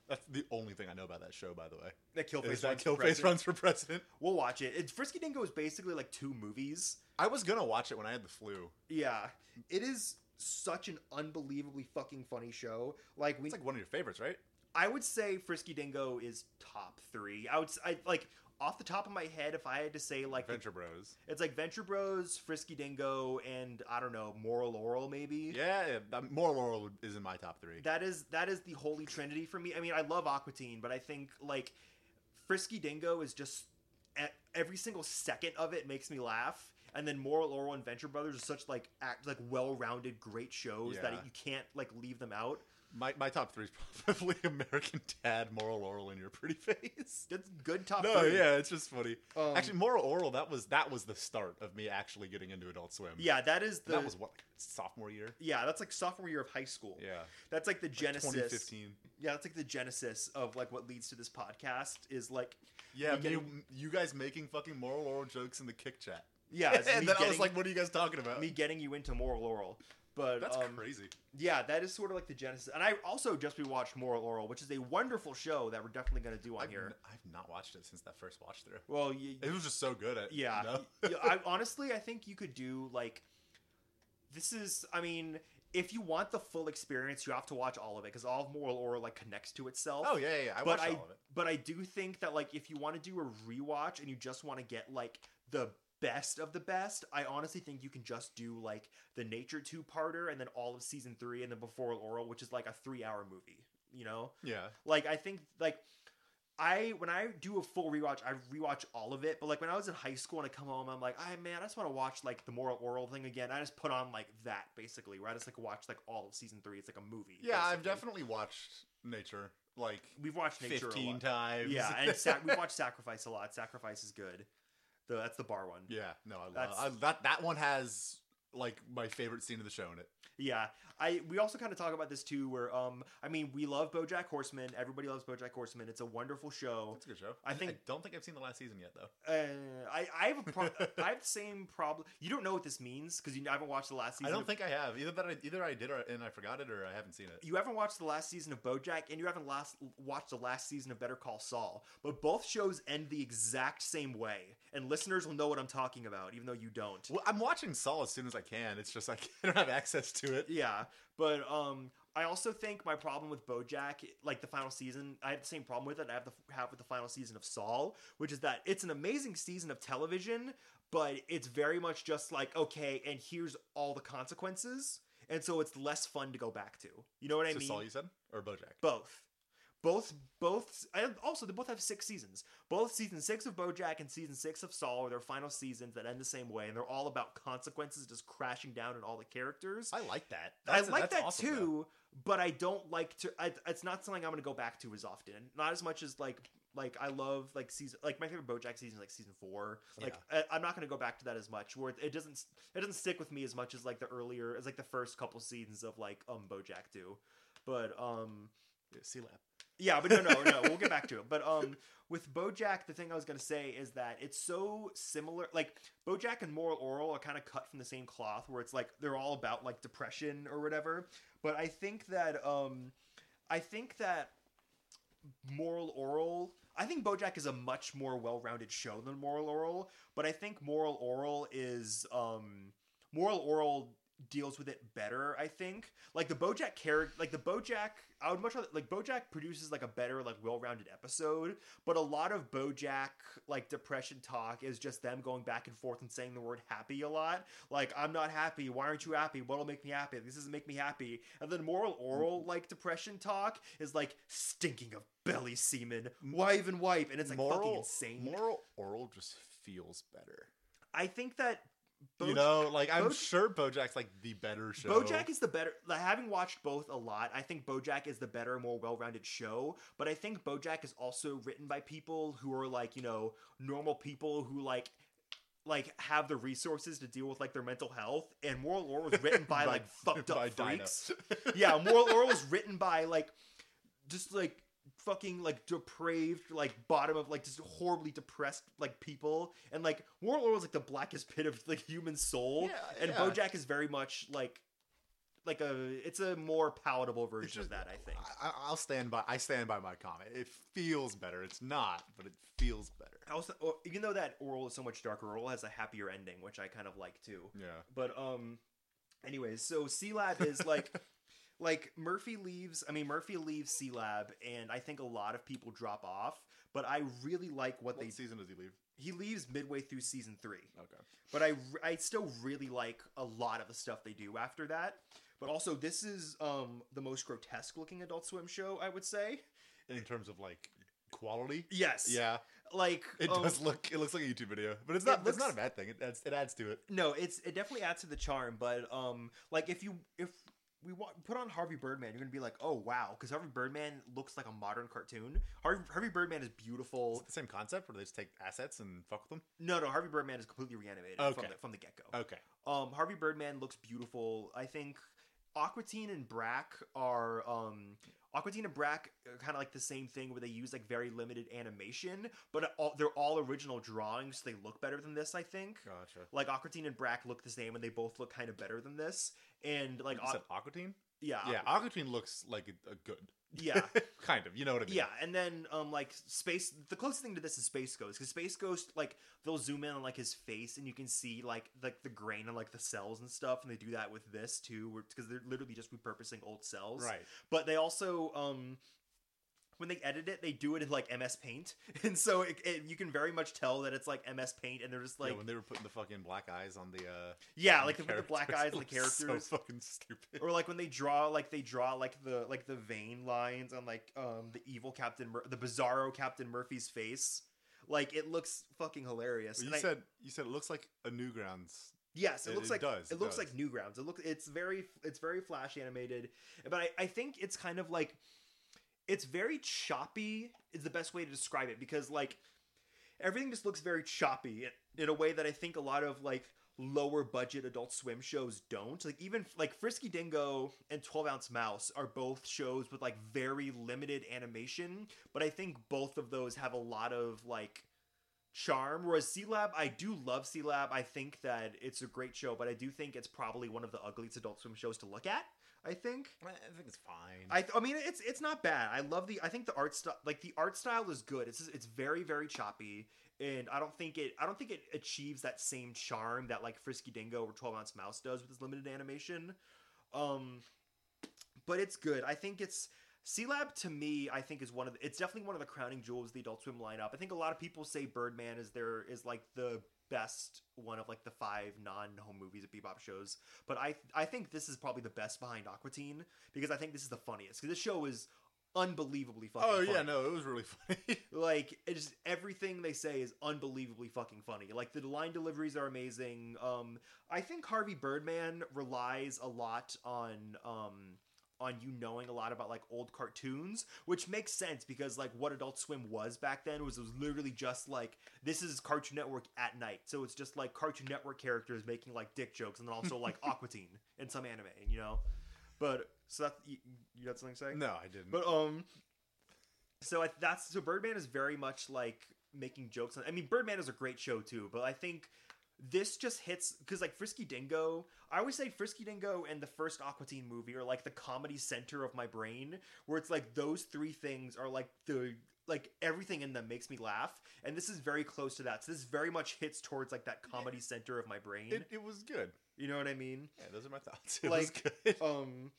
E: that's the only thing I know about that show. By the way,
D: that killface,
E: is that
D: runs for
E: Killface
D: president.
E: runs for president?
D: we'll watch it it's frisky dingo is basically like two movies
E: I was gonna watch it when I had the flu.
D: Yeah, it is such an unbelievably fucking funny show. Like we,
E: It's like one of your favorites, right?
D: I would say Frisky Dingo is top three. I would, s- I like off the top of my head, if I had to say like the-
E: Venture Bros.
D: it's like Venture Bros, Frisky Dingo, and I don't know Moral Laurel maybe.
E: Yeah, yeah that- Moral Laurel is in my top three.
D: That is that is the holy trinity for me. I mean, I love Aquatine, but I think like Frisky Dingo is just e- every single second of it makes me laugh. And then Moral Laurel and Venture Brothers are such like act like well-rounded great shows that
E: Yeah.
D: you can't like leave them out.
E: my my top three is probably American Dad, Moral Laurel, and Your Pretty Face.
D: That's good top
E: No,
D: three.
E: yeah, it's just funny.
D: Um,
E: actually, Moral Oral that was that was the start of me actually getting into Adult Swim.
D: Yeah, that is the
E: And that was what like, sophomore year.
D: yeah, that's like sophomore year of high school.
E: Yeah,
D: That's like the genesis.
E: 2015.
D: Yeah, that's like the genesis of like what leads to this podcast is like
E: Yeah,
D: me
E: you
D: getting-
E: you guys making fucking Moral Oral jokes in the kick chat.
D: yeah, it's me
E: and then I was
D: getting-
E: like, what are you guys talking about?
D: me getting you into Moral Laurel. But
E: That's
D: um,
E: crazy.
D: yeah, that is sort of like the genesis. And I also just rewatched Moral Laurel, which is a wonderful show that we're definitely going to do on
E: I've,
D: here.
E: n- I've not watched it since that first watch through.
D: Well, y-
E: It was just so good. At,
D: yeah,
E: no?
D: Yeah, I, honestly, I think you could do like this is. I mean, if you want the full experience, you have to watch all of it because all of Moral Laurel like connects to itself.
E: oh yeah, yeah, yeah. I
D: but
E: watched
D: I
E: all of it.
D: but I do think that like if you want to do a rewatch and you just want to get like the best of the best, I honestly think you can just do like the nature two parter and then all of season three and then before Laurel, which is like a three hour movie. you know?
E: Yeah.
D: Like I think like I when I do a full rewatch, I rewatch all of it. But like when I was in high school and I come home, I'm like, I man, I just want to watch like the moral oral thing again. I just put on like that basically, where I just like watch like all of season three. It's like a movie.
E: Yeah, I've
D: basically.
E: definitely watched Nature like
D: we've watched Nature a
E: 15
D: lot.
E: times.
D: Yeah, and sac- we've watched Sacrifice a lot. Sacrifice is good. The, that's the bar one. Yeah.
E: yeah, no, I love
D: That's-
E: I, that that one has like my favorite scene of the show in it.
D: I we also kind of talk about this too, where um, I mean, we love BoJack Horseman. Everybody loves BoJack Horseman. It's a wonderful show.
E: It's a good show.
D: I think-
E: I don't think I've seen the last season yet though.
D: Uh, I I have a pro- I have the same problem. You don't know what this means because you haven't watched the last season.
E: I don't
D: of-
E: think I have. Either that I, either I did or, and I forgot it or I haven't seen it.
D: you haven't watched the last season of BoJack, and you haven't last watched the last season of Better Call Saul. But both shows end the exact same way, and listeners will know what I'm talking about, even though you don't.
E: Well, I'm watching Saul as soon as I can. It's just like I don't have access to it.
D: Yeah, but um, I also think my problem with BoJack, like the final season, I have the same problem with it. I have the have with the final season of Saul, which is that it's an amazing season of television, but it's very much just like okay, and here's all the consequences, and so it's less fun to go back to. You know what I
E: So
D: mean?
E: Saul, you said, or BoJack?
D: both. Both, both. I also, they both have six seasons. Both season six of BoJack and season six of Saul are their final seasons that end the same way, and they're all about consequences just crashing down on all the characters.
E: I like that.
D: I
E: That's-
D: like
E: that's
D: that
E: awesome, though.
D: too, but I don't like to. I, it's not something I'm going to go back to as often. Not as much as like like I love like season like my favorite BoJack season is like season four. Like I, I'm not going to go back to that as much. Where it doesn't it doesn't stick with me as much as like the earlier as like the first couple seasons of like um BoJack do. But um
E: Yeah, C-Lab.
D: yeah, but no, no, no. We'll get back to it. But um, with BoJack, the thing I was gonna say is that it's so similar. Like BoJack and Moral Oral are kind of cut from the same cloth, where it's like they're all about like depression or whatever. But I think that um, I think that Moral Oral. I think BoJack is a much more well-rounded show than Moral Oral, but I think Moral Oral is um, Moral Oral deals with it better. I think like the BoJack character, like the BoJack. I would much rather like BoJack produces like a better, like well-rounded episode, but a lot of BoJack like depression talk is just them going back and forth and saying the word happy a lot. Like I'm not happy. Why aren't you happy? What'll make me happy? This doesn't make me happy. And then moral
E: Mm-hmm.
D: oral like depression talk is like stinking of belly semen. Why even wipe? And it's like fucking insane.
E: Moral oral just feels better.
D: I think that
E: you
D: Bojack-
E: know, like I'm
D: Boj-
E: sure BoJack's like the better show.
D: BoJack is the better. Like, having watched both a lot, I think BoJack is the better, more well-rounded show. But I think BoJack is also written by people who are like you know normal people who like like have the resources to deal with like their mental health. And Moral Law was written by, like fucked up
E: by Dinah.
D: freaks. yeah, Moral Law was written by like just like fucking like depraved like bottom of like just horribly depressed like people and like warlord was like the blackest pit of like human soul
E: Yeah,
D: and
E: yeah.
D: bojack is very much like like a it's a more palatable version of that i think
E: I, I- I'll stand by. I stand by my comment. It feels better. It's not, but it feels better.
D: I also or- even though that oral is so much darker oral has a happier ending which i kind of like too
E: Yeah.
D: But um, anyways, so C Lab is like, like Murphy leaves. I mean, Murphy leaves C Lab, and I think a lot of people drop off. But I really like what Oh.
E: What
D: they.
E: season does he leave?
D: He leaves midway through season three,
E: Okay.
D: but I I still really like a lot of the stuff they do after that. But also, this is um the most grotesque looking Adult Swim show I would say.
E: In terms of like quality.
D: Yes.
E: Yeah,
D: Like
E: it
D: um,
E: does look. It looks like a YouTube video, but it's
D: It
E: not.
D: looks-
E: it's not a bad thing. It adds. It adds to it.
D: no it's it definitely adds to the charm but um like if you if we want put on harvey birdman you're gonna be like oh wow because harvey birdman looks like a modern cartoon harvey, harvey birdman is
E: Is
D: beautiful
E: it the same concept where they just take assets and fuck with
D: no no harvey birdman is completely reanimated from
E: Okay.
D: the, from the get-go
E: them? Okay.
D: um harvey birdman looks beautiful i think aquatine and brack are um aquatine and brack are kind of like the same thing where they use like very limited animation but all, they're all original drawings so they look better than this i think
E: Gotcha.
D: like Aquatine and Brack look the same, and they both look kind of better than this. And like,
E: You
D: Aqu-
E: said Aquatine?
D: yeah,
E: Yeah, Aquatine looks like a, a good.
D: yeah,
E: kind of. You know what I mean?
D: yeah. And then um, like space. The closest thing to this is Space Ghost because Space Ghost like they'll zoom in on like his face, and you can see like like the grain and like the cells and stuff. And they do that with this too, because they're literally just repurposing old cells.
E: Right.
D: But they also um. when they edit it, they do it in like MS Paint, and so it, it, you can very much tell that it's like MS Paint, and they're just like,
E: yeah, when they were putting the fucking black eyes on the uh,
D: yeah,
E: on
D: like the, the black eyes and
E: characters,
D: the
E: it looks
D: characters,
E: so fucking stupid.
D: or like when they draw like they draw like the like the vein lines on like um the evil Captain Mur- the Bizarro Captain Murphy's face. Like it looks fucking hilarious.
E: But you
D: And I-
E: said you said it looks like a Newgrounds.
D: Yes, it,
E: It-
D: looks
E: it
D: like
E: does,
D: it,
E: it
D: looks
E: does.
D: like Newgrounds. It looks it's very it's very flash animated, but I, I think it's kind of like it's very choppy is the best way to describe it because like everything just looks very choppy in- in a way that I think a lot of like lower budget adult swim shows don't like even like frisky dingo and 12 ounce mouse are both shows with like very limited animation but i think both of those have a lot of like charm. Whereas C Lab, I do love C Lab. I think that it's a great show, but I do think it's probably one of the ugliest Adult Swim shows to look at. I think.
E: I think it's fine.
D: I, I mean it's it's not bad. I love the I think the art style like the art style is good. It's it's very very choppy and I don't think it I don't think it achieves that same charm that like Frisky Dingo or 12 Ounce Mouse does with its limited animation. Um but it's good. I think it's C Lab to me I think is one of the, it's definitely one of the crowning jewels of the Adult Swim lineup. I think a lot of people say Birdman is their is like the best one of like the five non-home movies of bebop shows but i i think this is probably the best behind aquatine because I think this is the funniest. Because this show is unbelievably fucking.
E: oh yeah,
D: funny.
E: no, it was really funny.
D: Like it's just everything they say is unbelievably fucking funny. Like the line deliveries are amazing. Um, I think Harvey Birdman relies a lot on um on you knowing a lot about like old cartoons, which makes sense because like what Adult Swim was back then was it was literally just like this is Cartoon Network at night. So it's just like Cartoon Network characters making like dick jokes and then also like Aquatine and some anime, you know. But so that you, you got something to say?
E: no, I didn't.
D: But um, so I, that's so Birdman is very much like making jokes. On, I mean, Birdman is a great show too, but I think this just hits because like Frisky Dingo. I always say Frisky Dingo and the first Aquatine movie are like the comedy center of my brain, where it's like those three things are like the like everything in them makes me laugh, and this is very close to that. So this very much hits towards like that comedy center of my brain.
E: it, it was good. oh,
D: you know what I mean?
E: Yeah, those are my thoughts. It
D: Like,
E: was good.
D: um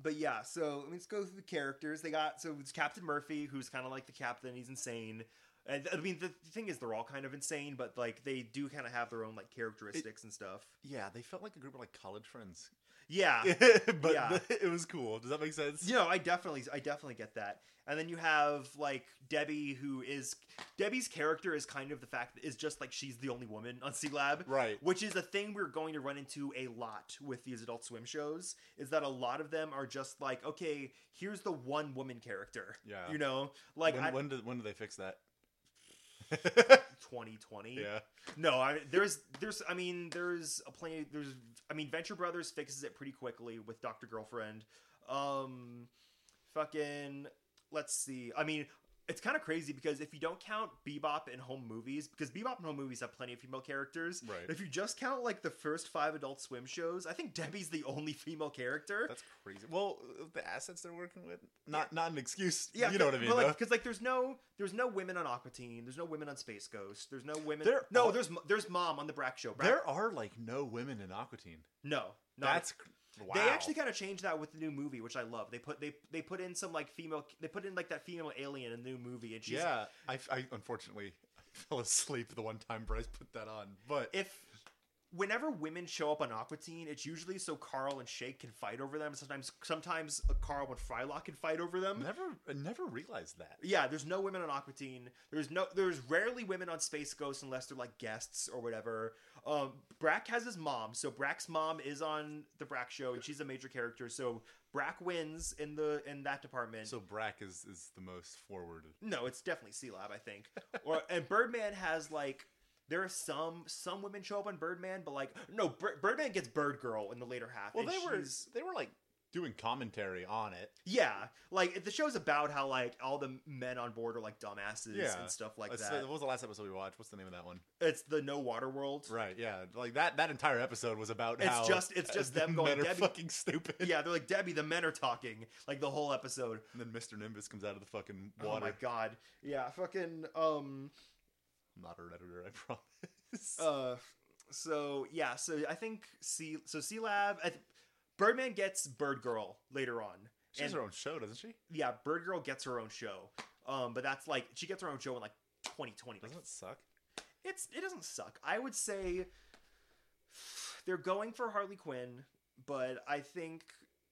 D: but yeah so I mean, let's go through the characters they got so it's captain murphy who's kind of like the captain he's insane and i mean the thing is they're all kind of insane but like they do kind of have their own like characteristics and stuff
E: yeah, they felt like a group of like college friends.
D: yeah
E: but
D: Yeah.
E: the- it was cool. Does that make sense?
D: you know i definitely i definitely get that and then you have like debbie who is debbie's character is kind of the fact that is just like she's the only woman on c lab
E: Right.
D: which is a thing we're going to run into a lot with these adult swim shows is that a lot of them are just like okay here's the one woman character
E: Yeah.
D: you know like
E: when,
D: I,
E: when did when did they fix that?
D: 2020
E: yeah.
D: no I, there's there's i mean there's a plenty there's i mean venture brothers fixes it pretty quickly with dr girlfriend um fucking let's see i mean it's kind of crazy because if you don't count bebop and home movies because bebop and home movies have plenty of female characters
E: Right.
D: if you just count like the first five adult swim shows i think debbie's the only female character
E: That's crazy. Well, the assets they're working with, not not an excuse.
D: yeah,
E: you know what I mean.
D: Because
E: though.
D: like, there's no there's no women on Aquatine, there's no women on Space Ghost, there's no women.
E: There
D: no,
E: are-
D: there's there's mom on the Brack Show. Brack,
E: there are like no women in Aquatine.
D: no, not
E: That's cr- wow.
D: They actually kind of changed that with the new movie, which I love. They put they they put in some like female they put in like that female alien in the new movie, and she's
E: yeah. I, f- I- unfortunately I fell asleep the one time Bryce put that on, but
D: if whenever women show up on Aqua Teen, it's usually so Carl and Shake can fight over them. Sometimes sometimes Carl and Frylock can fight over them.
E: never I never realized that.
D: Yeah, there's no women on Aqua Teen. There's no there's rarely women on Space Ghost unless they're like guests or whatever. Um Brack has his mom, so Brack's mom is on the Brack show and she's a major character, so Brack wins in the in that department.
E: So Brack is is the most forward.
D: No, it's definitely C Lab, I think. Or and Birdman has like there are some some women show up on Birdman, but like no, Bir- Birdman gets Bird Girl in the later half.
E: Well,
D: and
E: they were
D: she's-
E: they were like doing commentary on it.
D: yeah, like the show's about how like all the men on board are like dumbasses
E: Yeah.
D: and stuff like
E: Uh, so
D: that.
E: What was the last episode we watched? What's the name of that one?
D: It's the No Water World.
E: Right, yeah, like that. That entire episode was about
D: It's
E: how
D: just- it's just
E: the
D: them going,
E: men are
D: "Debbie."
E: fucking stupid.
D: Yeah, they're like Debbie. The men are talking like the whole episode.
E: and then Mr. Nimbus comes out of the fucking
D: Oh my
E: water.
D: god. Yeah, fucking um.
E: I'm not a redditor, I promise.
D: Uh, so yeah, so I think C so C Lab. I th- Birdman gets Bird Girl later on.
E: She has her own show, doesn't she?
D: yeah, Bird Girl gets her own show. Um, but that's like she gets her own show in like 2020. Like
E: Doesn't it suck?
D: it's it doesn't suck. I would say they're going for Harley Quinn, but I think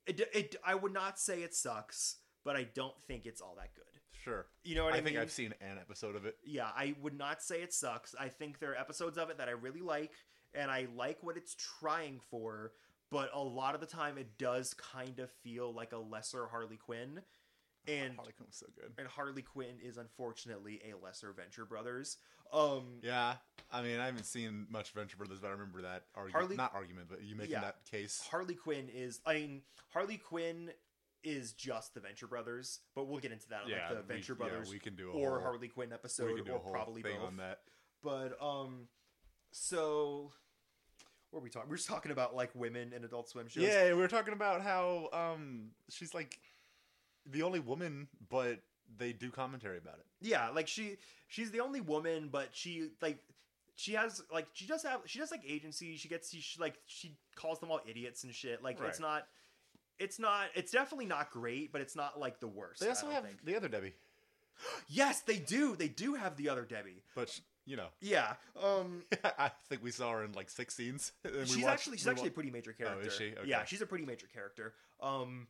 D: it, it I would not say it sucks, but I don't think it's all that good.
E: Sure.
D: You know what I,
E: I think
D: mean?
E: I've seen an episode of it.
D: yeah, I would not say it sucks. I think there are episodes of it that I really like, and I like what it's trying for, but a lot of the time it does kind of feel like a lesser Harley Quinn. And
E: Harley Quinn was so good.
D: and Harley Quinn is unfortunately a lesser Venture Brothers. Um
E: Yeah, I mean, I haven't seen much Venture Brothers, but I remember that argument.
D: Harley-
E: not argument, but you making
D: Yeah.
E: that case.
D: Harley Quinn is I mean Harley Quinn is just the Venture Brothers, but we'll get into that on like
E: Yeah,
D: the
E: we-
D: Venture
E: yeah,
D: Brothers
E: we can do a
D: or
E: whole-
D: Harley Quinn episode or probably
E: thing
D: both.
E: on that.
D: But um so what are we talking? We're just talking about like women and adult swim shows.
E: Yeah, we were talking about how um she's like the only woman, but they do commentary about it.
D: Yeah, like she she's the only woman, but she like she has like she does have she does like agency. She gets she like she calls them all idiots and shit. Like it's
E: Right.
D: not it's not it's definitely not great, but it's not like the worst.
E: They also
D: I don't
E: have
D: think.
E: the other Debbie,
D: Yes, they do. They do have the other Debbie.
E: but sh- you know,
D: Yeah. Um
E: I think we saw her in like six scenes. and we
D: she's
E: watched-
D: actually she's
E: we
D: actually a
E: wa- Oh,
D: pretty major character.
E: she?
D: Yeah,
E: Okay.
D: she's a pretty major character. Um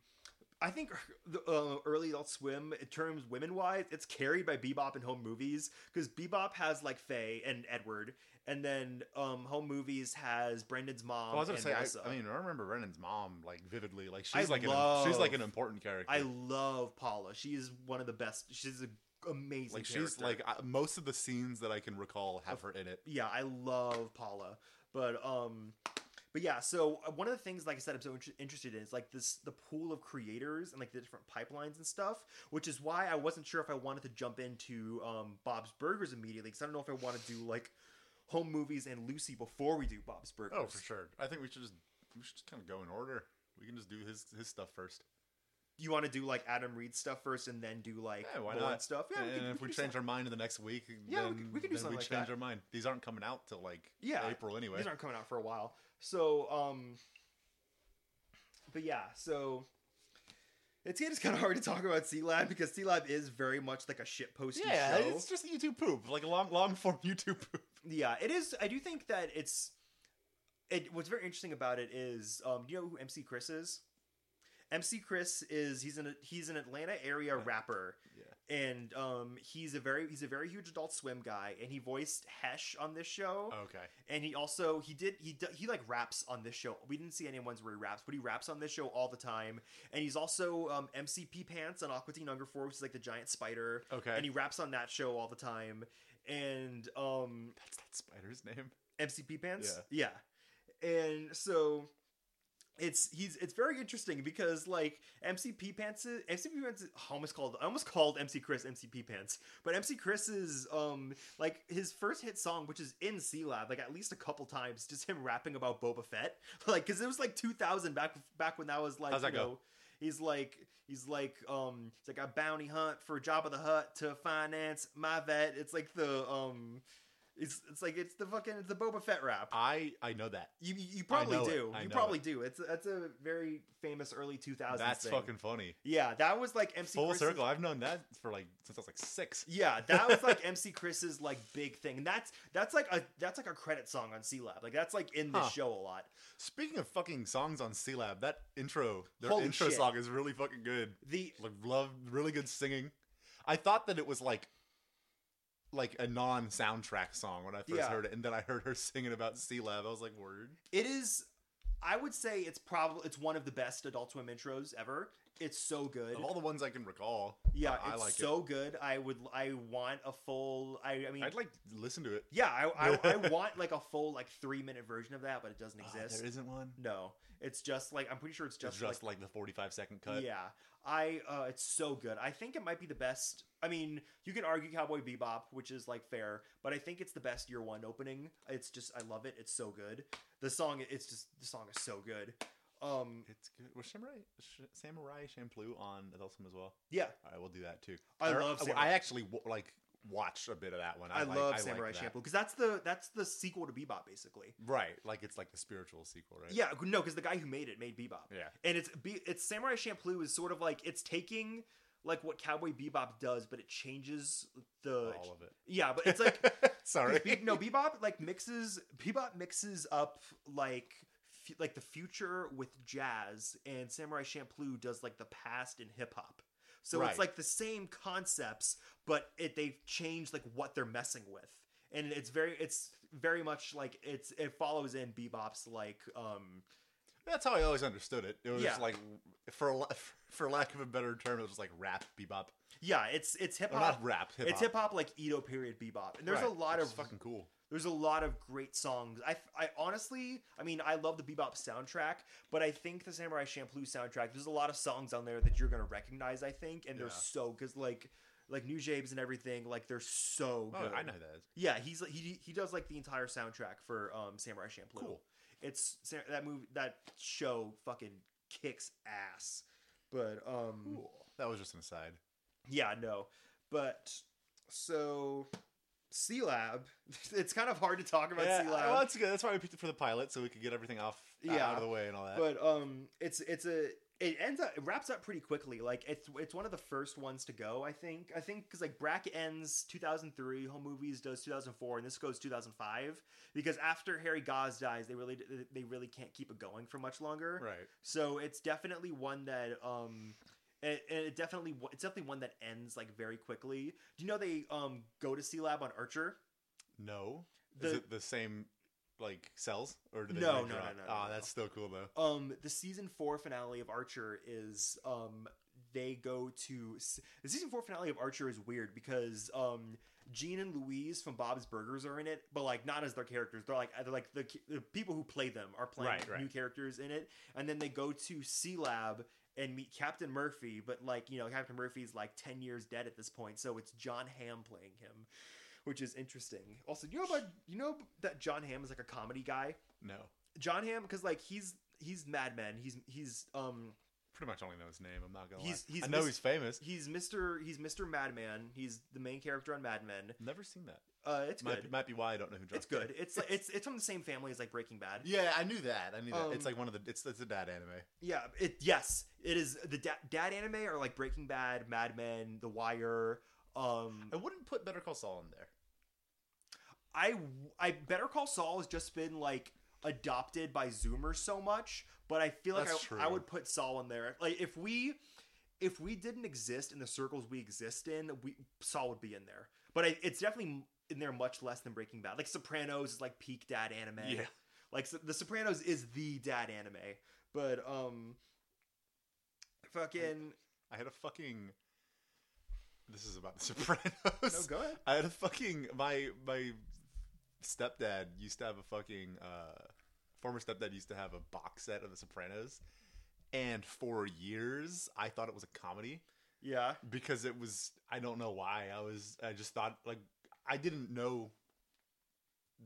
D: I think the uh, early adult swim in terms women wise, it's carried by Bebop and Home Movies because Bebop has like Faye and Edward, and then um Home Movies has Brendan's mom.
E: Well, Oh, I was gonna
D: and
E: say, I,
D: Melissa.
E: I mean, I remember Renan's mom like vividly. Like
D: I
E: she's like an she's like an
D: love-
E: important character.
D: I love Paula. She is one of the best. She's an amazing.
E: like she's
D: character.
E: like I, most of the scenes that I can recall have her in it.
D: yeah, I love Paula, but um, but yeah. So uh, one of the things, like I said, I'm so inter- interested in is like this the pool of creators and like the different pipelines and stuff, which is why I wasn't sure if I wanted to jump into um Bob's Burgers immediately because I don't know if I want to do like home movies and Lucy before we do Bob's Burgers.
E: Oh, for sure. I think we should just we should just kind of go in order. We can just do his his stuff first.
D: You want to do like Adam Reed stuff first and then do like
E: Yeah, why
D: Lauren
E: not?
D: stuff? Yeah,
E: and
D: can-
E: if
D: can do
E: we, change
D: something.
E: our mind in the next week,
D: Yeah,
E: then,
D: we could- we could do
E: then
D: something like
E: change
D: that.
E: our mind. These aren't coming out till like
D: Yeah,
E: April anyway.
D: These aren't coming out for a while. So, um, but yeah, so it's, it's kind of hard to talk about C Lab because C Lab is very much like a shitposty
E: yeah,
D: show.
E: it's just YouTube poop, like long long form YouTube poop.
D: Yeah, it is. I do think that it's. It what's very interesting about it is, um, you know who MC Chris is? MC Chris is he's an he's an Atlanta area rapper.
E: Yeah.
D: And um, he's a very he's a very huge Adult Swim guy, and he voiced Hesh on this show
E: Okay,
D: and he also he did he d- he like raps on this show. We didn't see any ones where he raps, but he raps on this show all the time. And he's also um, MCP Pants on Aqua Teen Hunger Force, which is like the giant spider.
E: Okay.
D: and he raps on that show all the time. And um,
E: that's that spider's name.
D: MCP Pants, yeah. And so it's he's it's very interesting because like MCP Pants is MCP Pants is, I almost called I almost called MC Chris MCP Pants, but MC Chris is um like his first hit song, which is in C Lab, like at least a couple times, just him rapping about Boba Fett, like because it was like 2000 back back when that was like
E: How's that
D: you know,
E: go?
D: He's like he's like um it's like a bounty hunt for Job of the Hut to finance my vet. It's like the um it's it's like it's the fucking it's the Boba Fett rap.
E: I I know that.
D: You you you probably
E: know it.
D: do.
E: I
D: You
E: know
D: probably do. It's that's a very famous early 2000s
E: That's
D: thing.
E: fucking funny.
D: Yeah, that was like MC
E: Full
D: Chris's-
E: circle. I've known that for like since I was like six.
D: Yeah, that was like MC Chris's like big thing. And that's that's like a that's like a credit song on C Lab. Like that's like in this
E: Huh.
D: show a lot.
E: Speaking of fucking songs on C Lab, that intro, their
D: Holy
E: intro
D: shit.
E: song is really fucking good.
D: The
E: Like, love, really good singing. I thought that it was like, like a non-soundtrack song when I first
D: Yeah.
E: heard it, and then I heard her singing about C Lab. I was like, word.
D: it is I would say it's probably it's one of the best Adult Swim intros ever. It's so good.
E: Of all the ones I can recall,
D: yeah,
E: I, I
D: it's
E: like
D: so good. I would I want a full I I mean
E: it. I'd like to listen to it.
D: Yeah, I, I, I want like a full like three minute version of that, but it doesn't
E: Ah,
D: exist.
E: there isn't one.
D: no, it's just like I'm pretty sure it's
E: Just,
D: just,
E: just like, the forty-five second
D: like
E: cut.
D: yeah. I uh, it's so good. I think it might be the best. I mean, you can argue Cowboy Bebop, which is like fair, but I think it's the best year one opening. It's just I love it. It's so good. The song, it's just the song is so good. Um,
E: It's good. Was Samurai Sh- Samurai Champloo on Adult Swim as well?
D: yeah,
E: All right, we'll do that too.
D: I
E: Or- uh,
D: love
E: I-
D: Samurai-
E: I actually w- like watch a bit of that one.
D: I,
E: like-
D: love
E: like
D: Samurai
E: that.
D: Champloo because that's the that's the sequel to Bebop basically.
E: Right, like it's like the spiritual sequel, right?
D: Yeah, no, because the guy who made it made Bebop.
E: Yeah.
D: and it's Be- it's Samurai Champloo is sort of like it's taking like what Cowboy Bebop does, but it changes the
E: all of it.
D: Yeah, but it's like
E: Sorry.
D: Be- no Bebop like mixes Bebop mixes up like f- like the future with jazz, and Samurai Champloo does like the past and hip hop. So
E: Right.
D: it's like the same concepts, but it they've changed like what they're messing with, and it's very it's very much like it's it follows in Bebop's like um
E: That's how I always understood it. It was
D: Yeah.
E: like, for la- for lack of a better term, it was like rap bebop.
D: yeah it's it's hip
E: Or
D: hop
E: not rap, hip-hop.
D: it's hip hop like Edo period Bebop, and there's a
E: Right,
D: lot
E: which
D: of
E: is fucking cool.
D: There's a lot of great songs. I, I honestly, I mean, I love the Bebop soundtrack, but I think the Samurai Champloo soundtrack. There's a lot of songs on there that you're gonna recognize. I think, and they're
E: Yeah.
D: so because like like New Jabe's and everything. Like they're so
E: Oh,
D: good.
E: I know who that. Is.
D: Yeah, he's he he does like the entire soundtrack for um Samurai Champloo.
E: Cool.
D: It's Sa- that movie that show fucking kicks ass. But um
E: That was just an aside.
D: yeah, no. But so C Lab, it's kind of hard to talk about
E: Yeah,
D: C Lab.
E: well, that's good. That's why we picked it for the pilot, so we could get everything off uh,
D: Yeah.
E: out of the way and all that.
D: but um it's it's a it ends up it wraps up pretty quickly like it's it's one of the first ones to go i think i think because like brack ends 2003 home movies does 2004 and this goes 2005 because after harry Goss dies they really they really can't keep it going for much longer
E: right.
D: so it's definitely one that um it, it definitely it's definitely one that ends like very quickly do you know they um go to c lab on archer
E: No. Is
D: The-
E: it the same like cells or do they
D: No,
E: like,
D: no,
E: draw-
D: no, no, no,
E: Ah,
D: no.
E: that's still cool though.
D: um the season four finale of archer is um they go to the season four finale of archer is weird because um gene and louise from bob's burgers are in it but like not as their characters they're like they're like the, ki- the people who play them are playing
E: Right, right.
D: new characters in it and then they go to c lab and meet captain murphy but like you know captain murphy's like 10 years dead at this point so it's john Hamm playing him which is interesting also you know about you know that john Hamm is like a comedy guy
E: No.
D: John Hamm because like he's he's Mad Men. He's he's um
E: Pretty much only know his name. I'm not gonna.
D: He's-
E: lie.
D: he's
E: I know
D: mis-
E: he's famous.
D: he's Mister he's Mister Madman. He's the main character on Mad Men.
E: Never seen that.
D: Uh, it's
E: Might,
D: good.
E: might be why I don't know who. John
D: It's good.
E: Favreau
D: It's like it's it's from the same family as like Breaking Bad.
E: Yeah, I knew that. I knew that.
D: Um,
E: it's like one of the. It's it's a dad anime.
D: Yeah. It yes. It is the da- dad anime are like Breaking Bad, Mad Men, The Wire. Um,
E: I wouldn't put Better Call Saul in there.
D: I I Better Call Saul has just been like adopted by Zoomers so much, but I feel like
E: That's
D: I,
E: true.
D: I would put Saul in there. Like if we if we didn't exist in the circles we exist in, we Saul would be in there. But I, it's definitely in there much less than Breaking Bad. Like Sopranos is like peak dad anime.
E: Yeah.
D: Like so- The Sopranos is the dad anime. But um fucking
E: I had a fucking. This is about The Sopranos.
D: go ahead.
E: I had a fucking my my stepdad used to have a fucking uh, former stepdad used to have a box set of The Sopranos, and for years I thought it was a comedy
D: yeah.
E: because it was I don't know why I was I just thought like I didn't know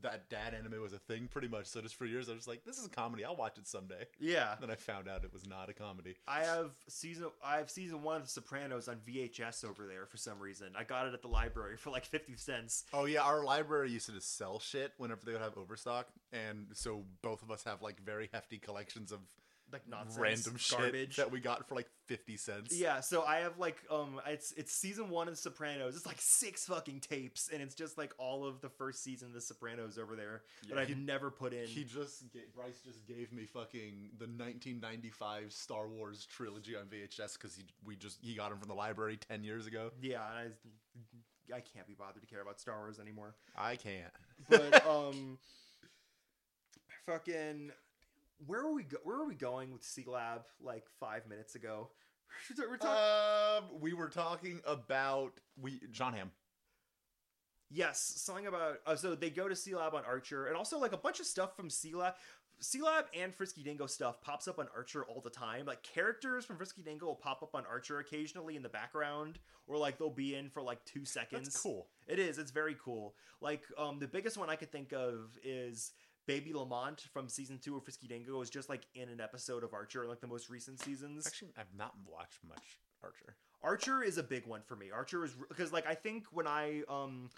E: that dad anime was a thing pretty much so just for years I was like this is a comedy I'll watch it someday.
D: Yeah.
E: Then I found out it was not a comedy.
D: I have season I have season one of The Sopranos on VHS over there for some reason. I got it at the library for like fifty cents.
E: Oh yeah, our library used to just sell shit whenever they would have overstock, and so both of us have like very hefty collections of
D: Like nonsense,
E: random
D: garbage.
E: shit that we got for like fifty cents.
D: yeah, so I have like um, it's it's season one of The Sopranos. It's like six fucking tapes, and it's just like all of the first season of The Sopranos over there that I've never put in.
E: He just ga- Bryce just gave me fucking the 1995 Star Wars trilogy on VHS because he we just he got him from the library ten years ago.
D: yeah, and I I can't be bothered to care about Star Wars anymore.
E: I can't.
D: But um, fucking, where are we? Go- where are we going with C Lab? Like five minutes ago, we're talking.
E: Um, we were talking about we John Ham.
D: Yes, something about uh, so they go to C Lab on Archer, and also like a bunch of stuff from C Lab, C Lab and Frisky Dingo stuff pops up on Archer all the time. Like characters from Frisky Dingo will pop up on Archer occasionally in the background, or like they'll be in for like two seconds.
E: That's cool.
D: It is. It's very cool. Like um, the biggest one I could think of is Baby Lamont from season two of Frisky Dingo is just like in an episode of Archer, like the most recent seasons.
E: Actually, I've not watched much Archer.
D: Archer is a big one for me. Archer is because like I think when I um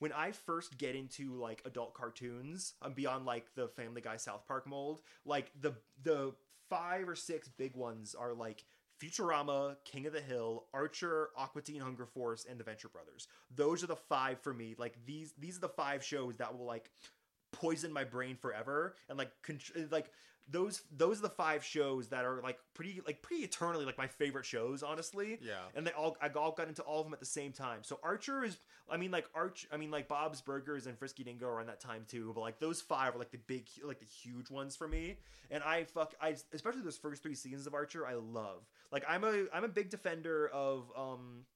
D: when I first get into like adult cartoons, um, beyond like the Family Guy South Park mold, like the the five or six big ones are like Futurama, King of the Hill, Archer, Aqua Teen Hunger Force, and The Venture Brothers. Those are the five for me. Like these these are the five shows that will like poison my brain forever and like contr- like those those are the five shows that are like pretty like pretty eternally like my favorite shows honestly
E: Yeah.
D: and they all i all got into all of them at the same time so archer is i mean like arch i mean like bob's burgers and frisky dingo are in that time too but like those five are like the big like the huge ones for me and i fuck i especially those first three seasons of archer i love like i'm a i'm a big defender of um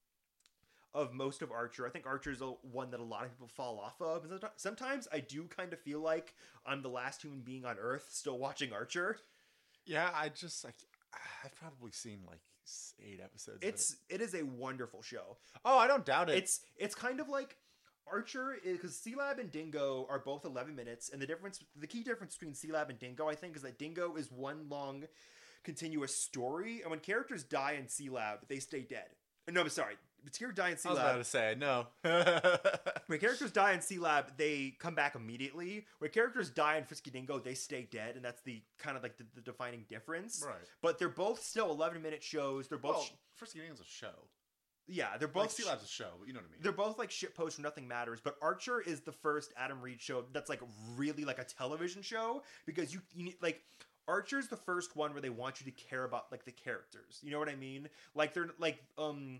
D: of most of Archer. I think Archer is a, one that a lot of people fall off of. And someti- sometimes I do kind of feel like I'm the last human being on Earth still watching Archer.
E: Yeah, I just like I've probably seen like s- eight episodes. of it.
D: It's it is a wonderful show.
E: oh, I don't doubt it.
D: It's it's kind of like Archer because C Lab and Dingo are both 11 minutes, and the difference, the key difference between C Lab and Dingo, I think, is that Dingo is one long, continuous story, and when characters die in C Lab, they stay dead. Uh, No, I'm sorry. Characters die in C
E: I was about
D: Lab.
E: to say no.
D: When characters die in C Lab, they come back immediately. When characters die in Frisky Dingo, they stay dead, and that's the kind of like the, the defining difference.
E: Right.
D: But they're both still eleven minute shows. They're both
E: well, Frisky Dingle's a show.
D: yeah, they're both
E: Both Sea Lab's a show, but you know what I mean.
D: they're both like shit posts where nothing matters. But Archer is the first Adam Reed show that's like really like a television show because you, you need like Archer's the first one where they want you to care about like the characters. You know what I mean? Like they're like um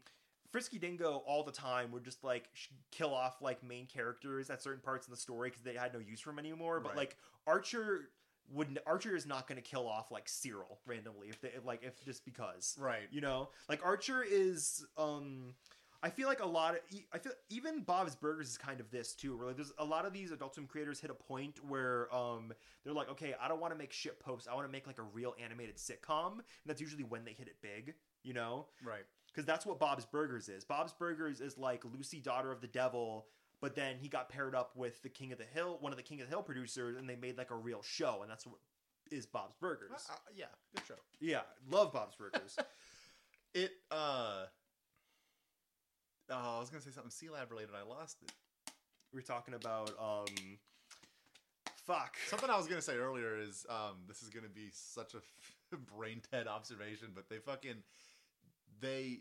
D: Frisky Dingo all the time would just like sh- kill off like main characters at certain parts of the story because they had no use for them anymore. But
E: Right.
D: like Archer would not Archer is not going to kill off like Cyril randomly if they like if just because
E: Right.
D: you know like Archer is um I feel like a lot of e, I feel even Bob's Burgers is kind of this too. Where like there's a lot of these adult swim creators hit a point where um they're like, okay, I don't want to make shit posts. I want to make like a real animated sitcom, and that's usually when they hit it big, you know,
E: right.
D: because that's what Bob's Burgers is. Bob's Burgers is like Lucy, daughter of the devil, but then he got paired up with the King of the Hill, one of the King of the Hill producers, and they made like a real show, and that's what is Bob's Burgers.
E: Uh, uh, yeah, good show.
D: yeah, love Bob's Burgers.
E: It uh Oh, I was gonna say something Sea Lab related. I lost it.
D: We're talking about um, fuck.
E: Something I was gonna say earlier is um, this is gonna be such a brain dead observation, but they fucking they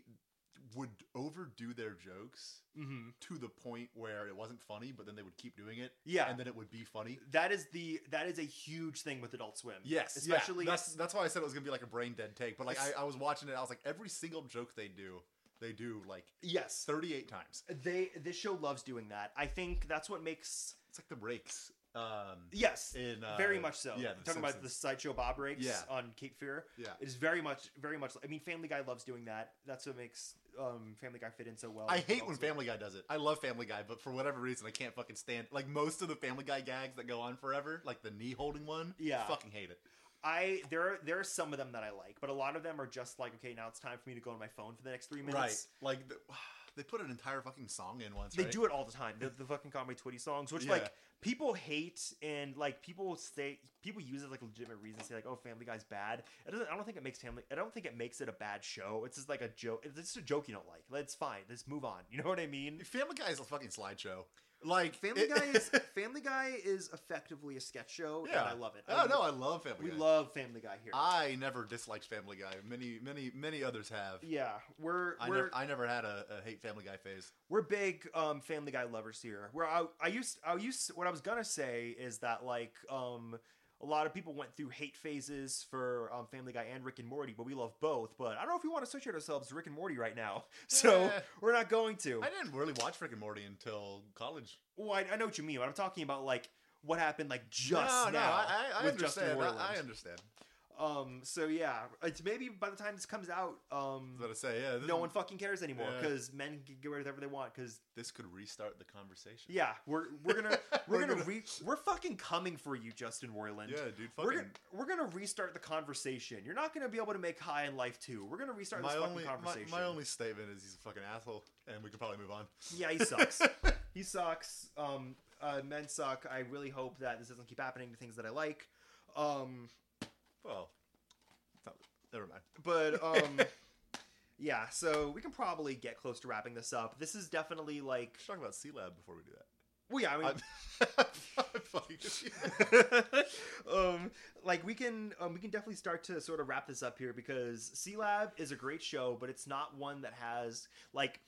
E: would overdo their jokes
D: hmm
E: to the point where it wasn't funny, but then they would keep doing it,
D: Yeah.
E: and then it would be funny.
D: That is the that is a huge thing with Adult Swim.
E: yeah.
D: especially
E: that's that's why I said it was gonna be like a brain dead take. But like I, I was watching it, I was like, every single joke they do, they do like
D: yes.
E: thirty eight times.
D: They this show loves doing that. I think that's what makes
E: It's like the breaks. Um,
D: yes,
E: In, uh,
D: very much so.
E: yeah, The
D: talking about the
E: Simpsons.
D: sideshow Bob breaks
E: Yeah.
D: on Cape Fear.
E: Yeah.
D: it is very much very much. I mean, Family Guy loves doing that. That's what makes um, Family Guy fit in so well.
E: I
D: with
E: hate
D: Adult
E: when
D: Swim.
E: Family Guy does it. I love Family Guy, but for whatever reason, I can't fucking stand like most of the Family Guy gags that go on forever, like the knee holding one.
D: Yeah.
E: fucking hate it.
D: I there are, there are some of them that I like, but a lot of them are just like okay, now it's time for me to go on my phone for the next three minutes.
E: like the, they put an entire fucking song in once.
D: They
E: right?
D: do it all the time. The, the fucking comedy Twitty songs, which
E: Yeah.
D: like people hate and like people say people use it as, like a legitimate reason. Say like, oh, Family Guy's bad. It doesn't. I don't think it makes Family. I don't think it makes it a bad show. It's just like a joke. It's just a joke you don't like. Let's fine. Let's move on. You know what I mean?
E: Family Guy is a fucking slideshow. Like
D: Family
E: it-
D: Guy is Family Guy is effectively a sketch show,
E: yeah,
D: and I love it.
E: oh no, I love Family
D: we
E: Guy.
D: love Family Guy here.
E: I never disliked Family Guy. Many, many, many others have.
D: yeah, we're
E: I,
D: we're
E: never, I never had a, a hate Family Guy phase.
D: we're big um family guy lovers here where i i used i used what i was gonna say is that like um a lot of people went through hate phases for um, Family Guy and Rick and Morty, but we love both. But I don't know if we want to associate ourselves to Rick and Morty right now, so
E: Eh.
D: we're not going to.
E: I didn't really watch Rick and Morty until college.
D: Well, I, I know what you mean. But I'm talking about like what happened like just
E: no, no,
D: now
E: I, I, I
D: with Justin
E: understand. I,
D: Roiland.
E: I understand.
D: um, so yeah, it's maybe by the time this comes out, um,
E: I was about to say, yeah, this,
D: no one fucking cares anymore
E: Yeah.
D: because men can get rid of whatever they want because
E: this could restart the conversation.
D: Yeah, we're we're gonna we're,
E: We're
D: gonna,
E: gonna-
D: re- we're fucking coming for you, Justin Roiland.
E: Yeah, dude,
D: We're
E: fucking.
D: gonna, we're gonna restart the conversation. You're not gonna be able to make high in life too. We're gonna restart
E: my
D: this
E: only
D: fucking
E: my,
D: conversation.
E: my only statement is he's a fucking asshole, and we could probably move on.
D: Yeah, he sucks. he sucks. Um, uh, men suck. I really hope that this doesn't keep happening to things that I like. Um,
E: Well, no, never mind.
D: but um, Yeah, so we can probably get close to wrapping this up. This is definitely like,
E: Let's talk about C Lab before we do that.
D: well, yeah, I mean,
E: I'm, I'm fucking with you.
D: um, like we can um, we can definitely start to sort of wrap this up here because C Lab is a great show, but it's not one that has like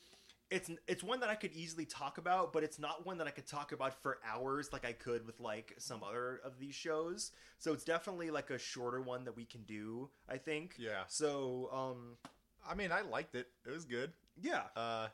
D: it's it's one that I could easily talk about, but it's not one that I could talk about for hours like I could with like some other of these shows. So it's definitely like a shorter one that we can do, I think.
E: Yeah.
D: So um
E: I mean, I liked it. It was good.
D: yeah.
E: Uh,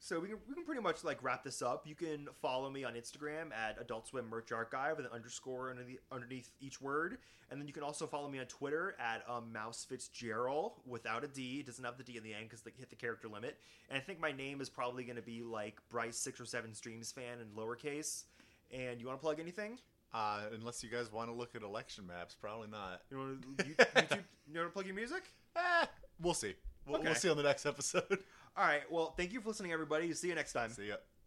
D: So we can, we can pretty much like wrap this up. You can follow me on Instagram at Adult Swim Merch Archive with an underscore under the, underneath each word, and then you can also follow me on Twitter at um, Mouse Fitzgerald without a D. It doesn't have the D in the end because they hit the character limit. And I think my name is probably going to be like Bryce six or seven Streams fan in lowercase. And you want to plug anything?
E: uh, unless you guys want to look at election maps, probably not.
D: You want to YouTube? You want to plug your music?
E: Ah, we'll see. We'll, we'll
D: Okay.
E: see on the next episode.
D: All right. Well, thank you for listening, everybody. See you next time.
E: see ya.